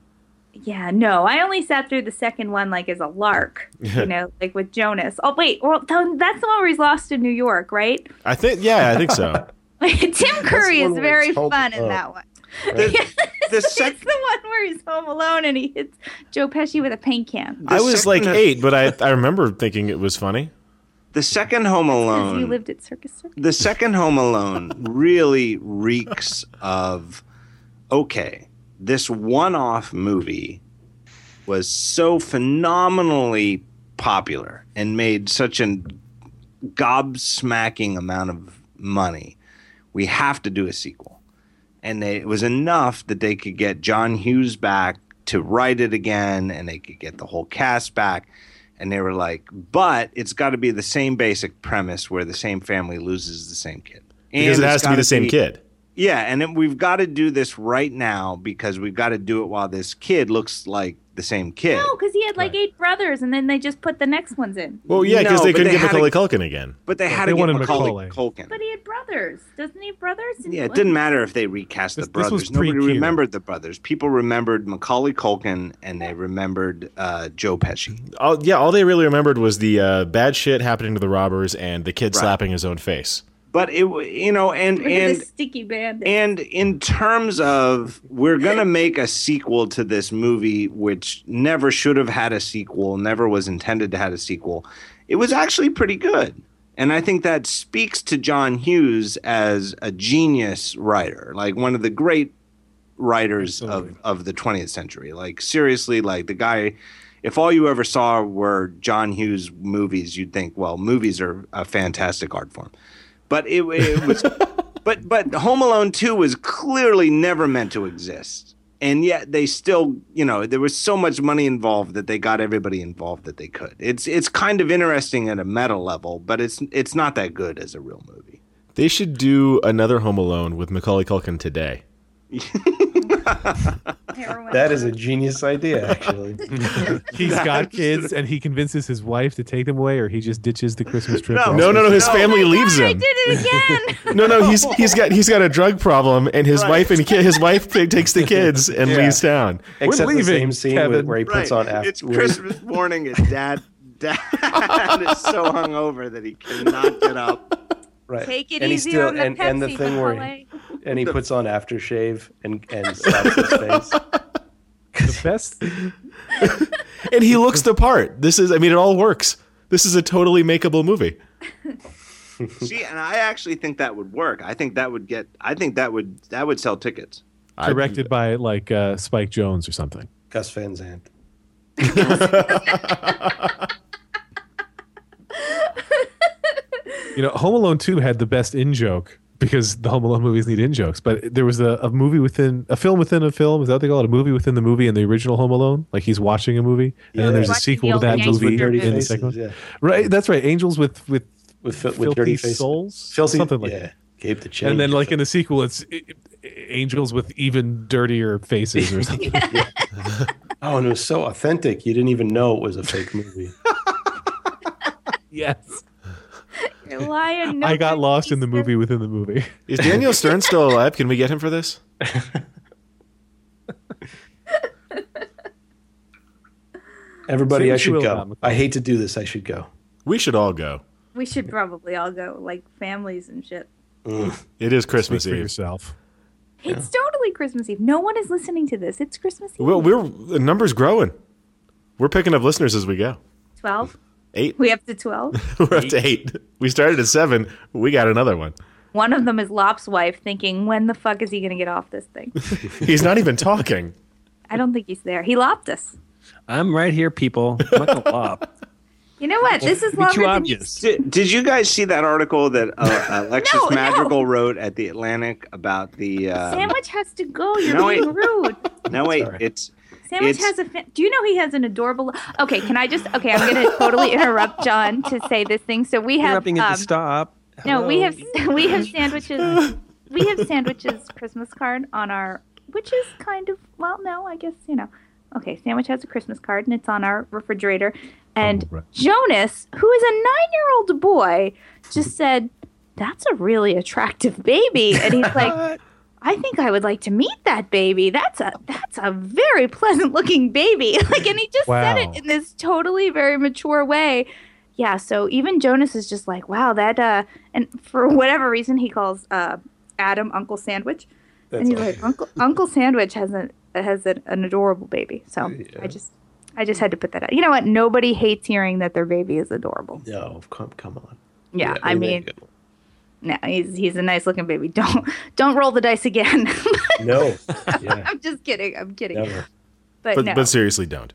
S5: Yeah, no, I only sat through the second one like as a lark, you know, like with Jonas. Oh wait, well th- that's the one where he's lost in New York, right?
S2: I think. Yeah, I think so.
S5: Tim Curry
S1: one
S5: is
S1: where
S5: very
S1: it's home
S5: fun in
S1: alone,
S5: that one.
S7: The- the
S5: it's
S7: sec-
S5: the one where he's home alone and he hits Joe Pesci with a paint can.
S2: I was
S7: second
S2: like
S7: of-
S2: eight, but I I remember thinking it was funny.
S7: The second Home
S5: 'Cause You
S7: Alone.
S5: lived at Circus Circus.
S7: the second Home Alone really reeks of okay, this one off movie was so phenomenally popular and made such a gobsmacking amount of money. We have to do a sequel. And they, it was enough that they could get John Hughes back to write it again and they could get the whole cast back and they were like, but it's got to be the same basic premise where the same family loses the same kid. And
S2: Because it
S7: it's
S2: has to be
S7: gotta
S2: the same kid.
S7: Yeah, and then we've got to do this right now because we've got to do it while this kid looks like the same kid.
S5: No, because he had like eight brothers, and then they just put the next ones in.
S2: Well, yeah, because
S7: No,
S2: they
S7: but
S2: couldn't
S7: they
S2: get
S7: had a-
S2: Macaulay Culkin again.
S7: But they had
S4: They
S7: to get
S4: wanted
S7: Macaulay Culkin.
S5: But he had brothers. Doesn't he have brothers? Didn't he
S7: Yeah, it
S5: look-
S7: didn't matter if they recast
S4: This-
S7: the
S4: this
S7: brothers.
S4: was
S7: Nobody
S4: pre-Q.
S7: remembered the brothers. People remembered Macaulay Culkin and they remembered uh, Joe Pesci.
S2: All, yeah, all they really remembered was the uh, bad shit happening to the robbers and the kid
S7: Right.
S2: slapping his own face.
S7: But it, w- you know, and
S5: Look at
S7: and
S5: this sticky bandit.
S7: And in terms of, we're going to make a sequel to this movie, which never should have had a sequel, never was intended to have a sequel. It was actually pretty good. And I think that speaks to John Hughes as a genius writer, like one of the great writers of, of the 20th century. Like, seriously, like the guy, if all you ever saw were John Hughes movies, you'd think, well, movies are a fantastic art form. But it, it was. But but Home Alone 2 was clearly never meant to exist. And yet they still, you know, there was so much money involved that they got everybody involved that they could. It's it's kind of interesting at a meta level, but it's it's not that good as a real movie.
S2: They should do another Home Alone with Macaulay Culkin today.
S5: Heroin. Oh
S1: That is a genius idea, actually.
S4: He's got kids, and he convinces his wife to take them away, or he just ditches the Christmas trip.
S7: No.
S2: No, no, no. His
S7: No.
S2: family
S5: Oh my
S2: leaves
S5: God,
S2: him.
S5: I did it again.
S2: No, no. He's he's got he's got a drug problem, and his
S7: Right.
S2: wife and ki- his wife t- takes the kids and
S1: Yeah.
S2: leaves town.
S1: Except the
S4: leaving,
S1: same scene with,
S4: Kevin.
S1: where he puts on after.
S7: it's Christmas morning and dad dad is so hungover that he cannot get up.
S1: Right.
S5: Take it
S1: and he
S5: easy
S1: still,
S5: on the
S1: and,
S5: Pepsi,
S1: and the thing where he,
S5: Macaulay.
S1: and he puts on aftershave and and slaps his face.
S4: The best.
S2: And he looks the part. This is, I mean, it all works. This is a totally makeable movie.
S7: See, and I actually think that would work. I think that would get I think that would that would sell tickets.
S4: directed by like uh, Spike Jones or something.
S1: Gus Van Sant.
S4: You know, Home Alone Two had the best in joke because the Home Alone movies need in jokes. But there was a, a movie within a film within a film. Is that what they call it? A movie within the movie in the original Home Alone. Like he's watching a movie, and then there's a
S5: Watching
S4: sequel
S5: the
S4: to that
S5: old Yankees
S4: movie
S5: with
S4: in
S5: dirty
S4: the
S1: faces,
S4: second one.
S1: yeah.
S4: Right, that's right. Angels with with
S1: With, fi- with
S4: filthy
S1: dirty faces.
S4: souls,
S1: Filthy,
S4: something like
S1: yeah.
S4: that.
S1: Gave the change.
S4: And then like in the sequel, it's i- i- angels with even dirtier faces or something.
S1: oh, and it was so authentic. You didn't even know it was a fake movie.
S4: yes.
S5: You're lying.
S4: I got lost in the movie within the movie.
S2: Is Daniel Stern still alive? Can we get him for this?
S1: Everybody,
S4: Say
S1: I
S4: what you
S1: should
S4: will
S1: go.
S4: about Macaulay.
S1: I hate to do this. I should go.
S2: We should all go.
S5: We should probably all go, like families and shit.
S2: It is Christmas
S4: Speak for
S2: Eve.
S4: yourself.
S5: It's totally Christmas Eve. No one is listening to this. It's Christmas Eve.
S2: We're, we're the numbers growing. We're picking up listeners as we go.
S5: Twelve.
S2: Eight.
S5: We have to twelve.
S2: We're up to eight. We started at seven. We got another one.
S5: One of them is Lop's wife, thinking, "When the fuck is he gonna get off this thing?"
S2: He's not even talking.
S5: I don't think he's there. He lopped us.
S3: I'm right here, people. I'm not gonna lop.
S5: You know what? This is
S3: Be
S5: longer
S3: too
S5: than
S3: obvious.
S7: Did, did you guys see that article that uh, Alexis
S5: No, no.
S7: Madrigal wrote at the Atlantic about the? Uh,
S5: Sandwich has to go. You're
S7: No,
S5: being
S7: wait.
S5: rude.
S7: no wait, it's
S5: Sandwich
S7: It's-
S5: has a. Fa- Do you know he has an adorable? Okay, can I just? Okay, I'm going to totally interrupt John to say this thing. So we have.
S3: Interrupting at
S5: Um,
S3: the stop.
S5: no, we
S3: Hello.
S5: have we have sandwiches. we have sandwiches Christmas card on our, which is kind of well, no, I guess you know. Okay, sandwich has a Christmas card and it's on our refrigerator, and
S4: right.
S5: Jonas, who is a nine-year-old boy, just said, "That's a really attractive baby," and he's like. I think I would like to meet that baby. That's a that's a very pleasant looking baby. Like and he just
S4: Wow.
S5: said it in this totally very mature way. Yeah, so even Jonas is just like, wow, that uh and for whatever reason he calls uh Adam Uncle Sandwich. and he's like, Uncle Uncle Sandwich has an has an, an adorable baby. So I just I just had to put that out. You know what? Nobody hates hearing that their baby is adorable.
S1: No, come come on.
S5: Yeah, I
S1: there you
S5: mean, no, he's he's a nice looking baby. Don't don't roll the dice again.
S1: go. no, yeah,
S5: I'm just kidding. I'm kidding.
S1: never.
S5: But,
S2: But
S5: no.
S2: but seriously, don't.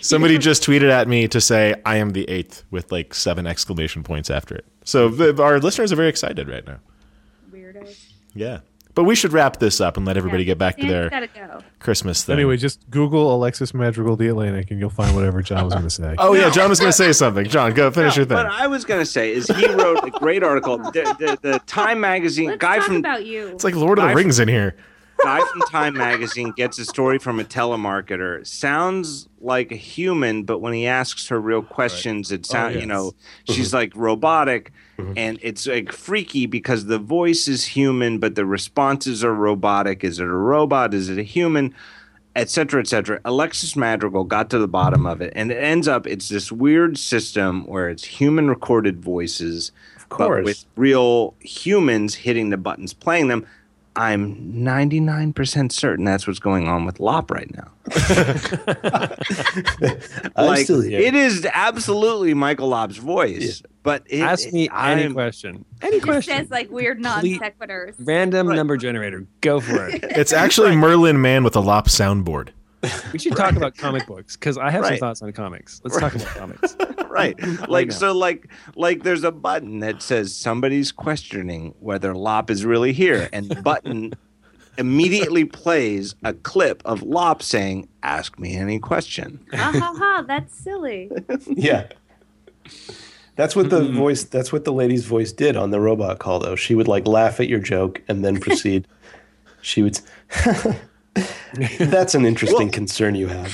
S2: Somebody just tweeted at me to say I am the eighth with like seven exclamation points after it. So the, our listeners are very excited right now.
S5: Weirdo.
S2: Yeah. But we should wrap this up and let everybody get back to
S5: Sam's
S2: their
S5: gotta go.
S2: Christmas thing.
S4: Anyway, just Google Alexis Madrigal The Atlantic and you'll find whatever John was going to say.
S2: Oh yeah, John was going to say something. John, go finish your
S7: But
S2: thing.
S7: I was gonna say is he wrote a great article. The, the, the Time magazine
S5: Let's
S7: guy
S5: talk
S7: from
S5: about you.
S2: It's like Lord of the
S7: I-
S2: Rings in here.
S7: guy from Time magazine gets a story from a telemarketer. Sounds like a human, but when he asks her real questions, it sounds you know she's like robotic, and it's like freaky because the voice is human, but the responses are robotic. Is it a robot? Is it a human? Et cetera, et cetera. Alexis Madrigal got to the bottom of it, and it ends up it's this weird system where it's human recorded voices,
S1: course.
S7: but with real humans hitting the buttons, playing them. I'm 99% certain that's what's going on with Lop right now.
S1: I'm
S7: like,
S1: still here.
S7: It is absolutely Michael Lop's voice, but it,
S3: Ask me
S7: it- I'm,
S3: any question. Any
S5: just
S3: question.
S5: says like weird non
S3: Complete-
S5: sequiturs.
S3: Random number generator. Go for it.
S2: It's actually Merlin Man with a lop soundboard.
S3: we should talk about comic books because I have some
S7: Right.
S3: thoughts on comics. Let's talk about comics.
S7: right. Like
S3: now.
S7: so like like there's a button that says somebody's questioning whether Lop is really here and the button immediately plays a clip of Lop saying ask me any question.
S5: ha ha ha! That's silly.
S1: yeah. That's what the voice. That's what the lady's voice did on the robot call, though. She would like laugh at your joke and then proceed. she would. s- that's an interesting concern you have.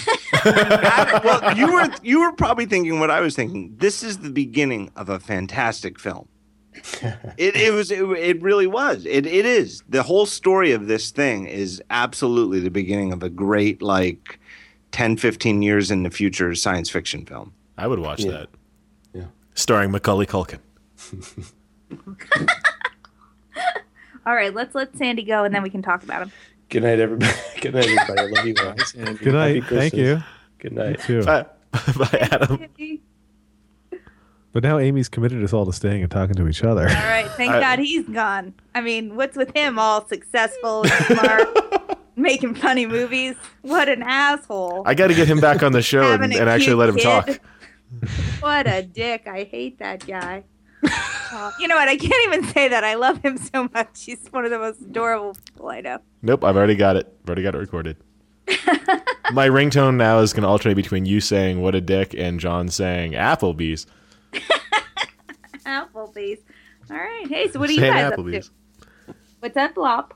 S7: well, you were you were probably thinking what I was thinking. This is the beginning of a fantastic film. It, it was it, it really was it it is the whole story of this thing is absolutely the beginning of a great like 10 15 years in the future science fiction film
S2: I would watch that.
S1: Yeah.
S2: Starring Macaulay Culkin.
S5: All right, let's let Sandy go, and then we can talk about him.
S1: Good night, everybody. Good night, everybody. I love you all.
S4: Good
S1: Happy
S4: night. Thank you.
S1: Christmas. Good night.
S4: Too.
S2: Bye, Bye Adam.
S4: But now Amy's committed us all to staying and talking to each other.
S5: All right, thank God he's gone. I mean, what's with him? All successful, smart, making funny movies. What an asshole!
S2: I got to get him back on the show and,
S5: Having a
S2: and actually
S5: cute
S2: let him
S5: kid.
S2: talk.
S5: What a dick! I hate that guy. Uh, you know what? I can't even say that. I love him so much. He's one of the most adorable people I know.
S2: Nope, I've already got it. I've already got it recorded. My ringtone now is going to alternate between you saying "What a dick" and John saying "Applebee's."
S5: Applebee's. All right. Hey, so what are you
S2: Saying
S5: guys up
S2: Applebee's.
S5: to? What's that blop?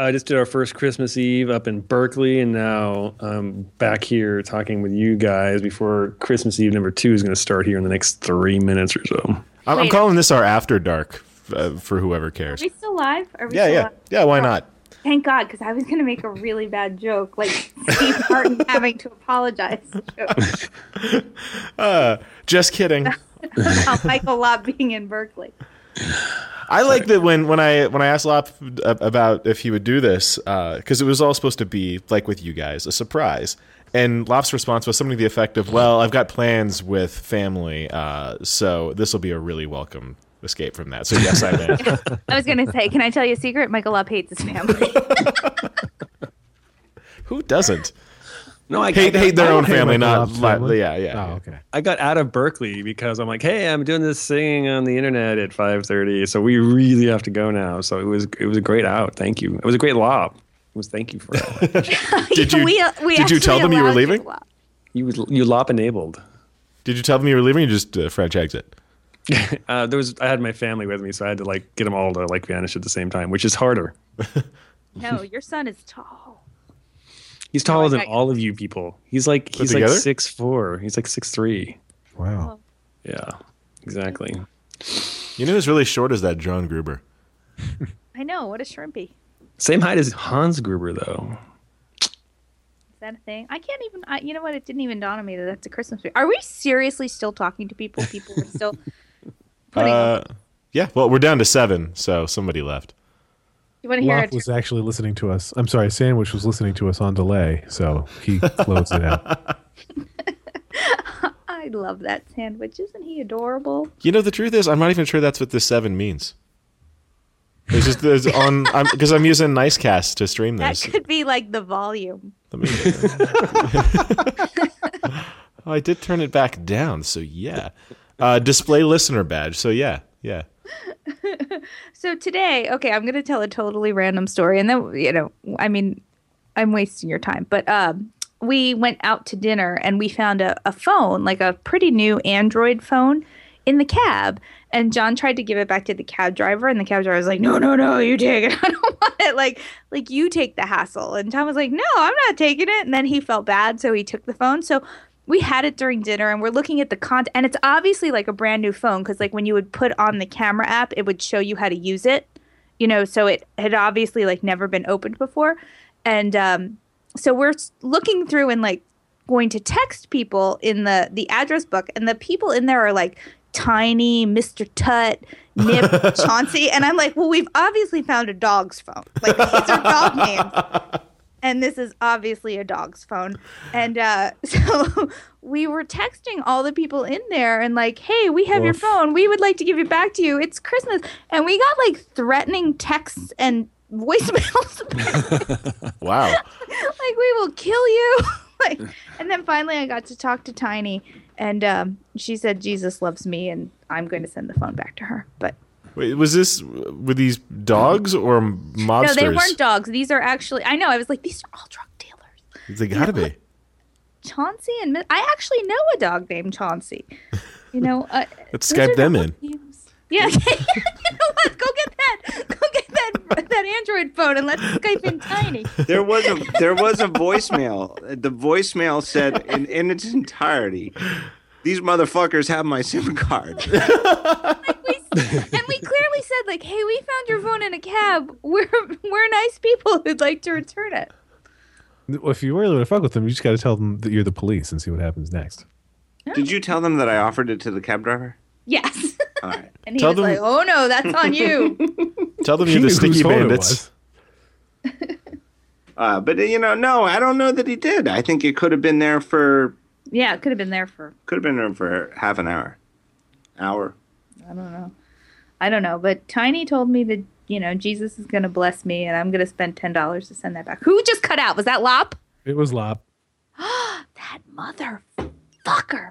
S3: I just did our first Christmas Eve up in Berkeley, and now I'm back here talking with you guys before Christmas Eve number two is going to start here in the next three minutes or so.
S2: I'm, I'm
S5: Wait.
S2: calling this our after dark uh, for whoever cares.
S5: Are we still live? Are we
S2: Yeah,
S5: still
S2: yeah,
S5: live?
S2: yeah. Why
S5: Oh,
S2: not?
S5: Thank God, because I was going to make a really bad joke, like Steve Martin having to apologize joke
S2: Uh, just kidding.
S5: about Michael Lott being in Berkeley.
S2: I like that when, when I when I asked Lop about if he would do this because it was all supposed to be like with you guys a surprise, and Lop's response was something to the effect of, "Well, I've got plans with family, uh, so this will be a really welcome escape from that." So yes, I went.
S5: I was going to say, can I tell you a secret? Michael Lott hates his family.
S2: Who doesn't
S3: No, I
S2: hate hate their own family?
S4: Michael
S2: Not
S4: Lop's
S2: li-
S4: family?
S2: yeah, yeah.
S4: Oh,
S2: yeah.
S4: okay.
S3: I got out of Berkeley because I'm like, hey, I'm doing this singing on the internet at 5:30, so we really have to go now. So it was it was a great out. Thank you. It was a great lop. It was thank you for it.
S2: Did you- did you tell
S5: uh, actually
S2: them you were
S5: allowed
S2: leaving?
S5: to laugh.
S3: you was- you lop enabled.
S2: Did you tell them you were leaving? Or you just uh, French exit.
S3: Uh, there was I had my family with me, so I had to like get them all to like vanish at the same time, which is harder.
S5: No, your son is tall.
S3: He's taller than
S5: Oh, got you.
S3: all of you people. He's like he's like
S2: together?
S3: six four. He's like six three.
S4: Wow.
S3: Yeah, exactly.
S2: You know who's really short is that John Gruber.
S5: I know. What a shrimpy.
S3: Same height as Hans Gruber though.
S5: Is that a thing? I can't even. I, you know what? It didn't even dawn on me that that's a Christmas movie. Are we seriously still talking to people? People are still putting.
S2: Uh, yeah. Well, we're down to seven, so somebody left.
S5: you want to hear
S4: Lop
S5: it?
S4: was actually listening to us. I'm sorry, Sandwich was listening to us on delay, so he closed it out.
S5: I love that sandwich. Isn't he adorable?
S2: You know, the truth is, I'm not even sure that's what this seven means. It's just there's on because I'm, using Nicecast to stream
S5: That
S2: this.
S5: could be like the volume.
S2: Let me- oh, I did turn it back down, so yeah. Uh, display listener badge, so yeah, yeah.
S5: So today, okay, I'm going to tell a totally random story, and then you know, I mean, I'm wasting your time, but um, we went out to dinner and we found a, a phone, like a pretty new Android phone, in the cab, and John tried to give it back to the cab driver, and the cab driver was like, "No, no, no, you take it. I don't want it. Like, like you take the hassle." And John was like, "No, I'm not taking it." And then he felt bad, so he took the phone. So we had it during dinner and we're looking at the content and it's obviously like a brand new phone because like when you would put on the camera app it would show you how to use it you know so it had obviously like never been opened before and um, so we're s- looking through and like going to text people in the the address book and the people in there are like tiny mr tut nip chauncey and i'm like well we've obviously found a dog's phone like these are dog names and this is obviously a dog's phone. And uh, so we were texting all the people in there and like, hey, we have your phone. We would like to give it back to you. It's Christmas. And we got like threatening texts and voicemails.
S2: Wow.
S5: like we will kill you like and then finally i got to talk to tiny and um, she said jesus loves me and i'm going to send the phone back to her but
S2: Wait, was this were these dogs or mobsters?
S5: no they weren't dogs these are actually i know i was like these are all drug dealers
S2: They gotta be.
S5: Chauncey and Mi- I actually know a dog named Chauncey. You know, uh,
S2: Let's
S5: those
S2: Skype
S5: are
S2: them
S5: not
S2: in.
S5: names. Yeah, you know what? Go get that. Go get that that Android phone and let's Skype in Tiny.
S7: There was a there was a voicemail. The voicemail said in, in its entirety, "These motherfuckers have my SIM card."
S5: We, and we clearly said like, "Hey, we found your phone in a cab. We're we're nice people who'd like to return it."
S4: If you really want to fuck with them, you just got to tell them that you're the police and see what happens next.
S7: Did you tell them that I offered it to the cab driver?
S5: Yes.
S7: All right.
S5: And he
S2: Tell
S5: was
S2: them-
S5: like, "Oh no, that's on you."
S2: Tell them
S4: He
S2: you're
S4: knew
S2: the
S4: whose
S2: sticky
S4: phone it
S2: bandits.
S4: was.
S7: Uh, but you know, no, I don't know that he did. I think it could have been there for
S5: yeah, it could have been there for
S7: could have been there for half an hour, hour.
S5: I don't know. I don't know, but Tiny told me that you know Jesus is going to bless me, and I'm going to spend ten dollars to send that back. Who just cut out? Was that Lop?
S4: It was Lop.
S5: That motherfucker!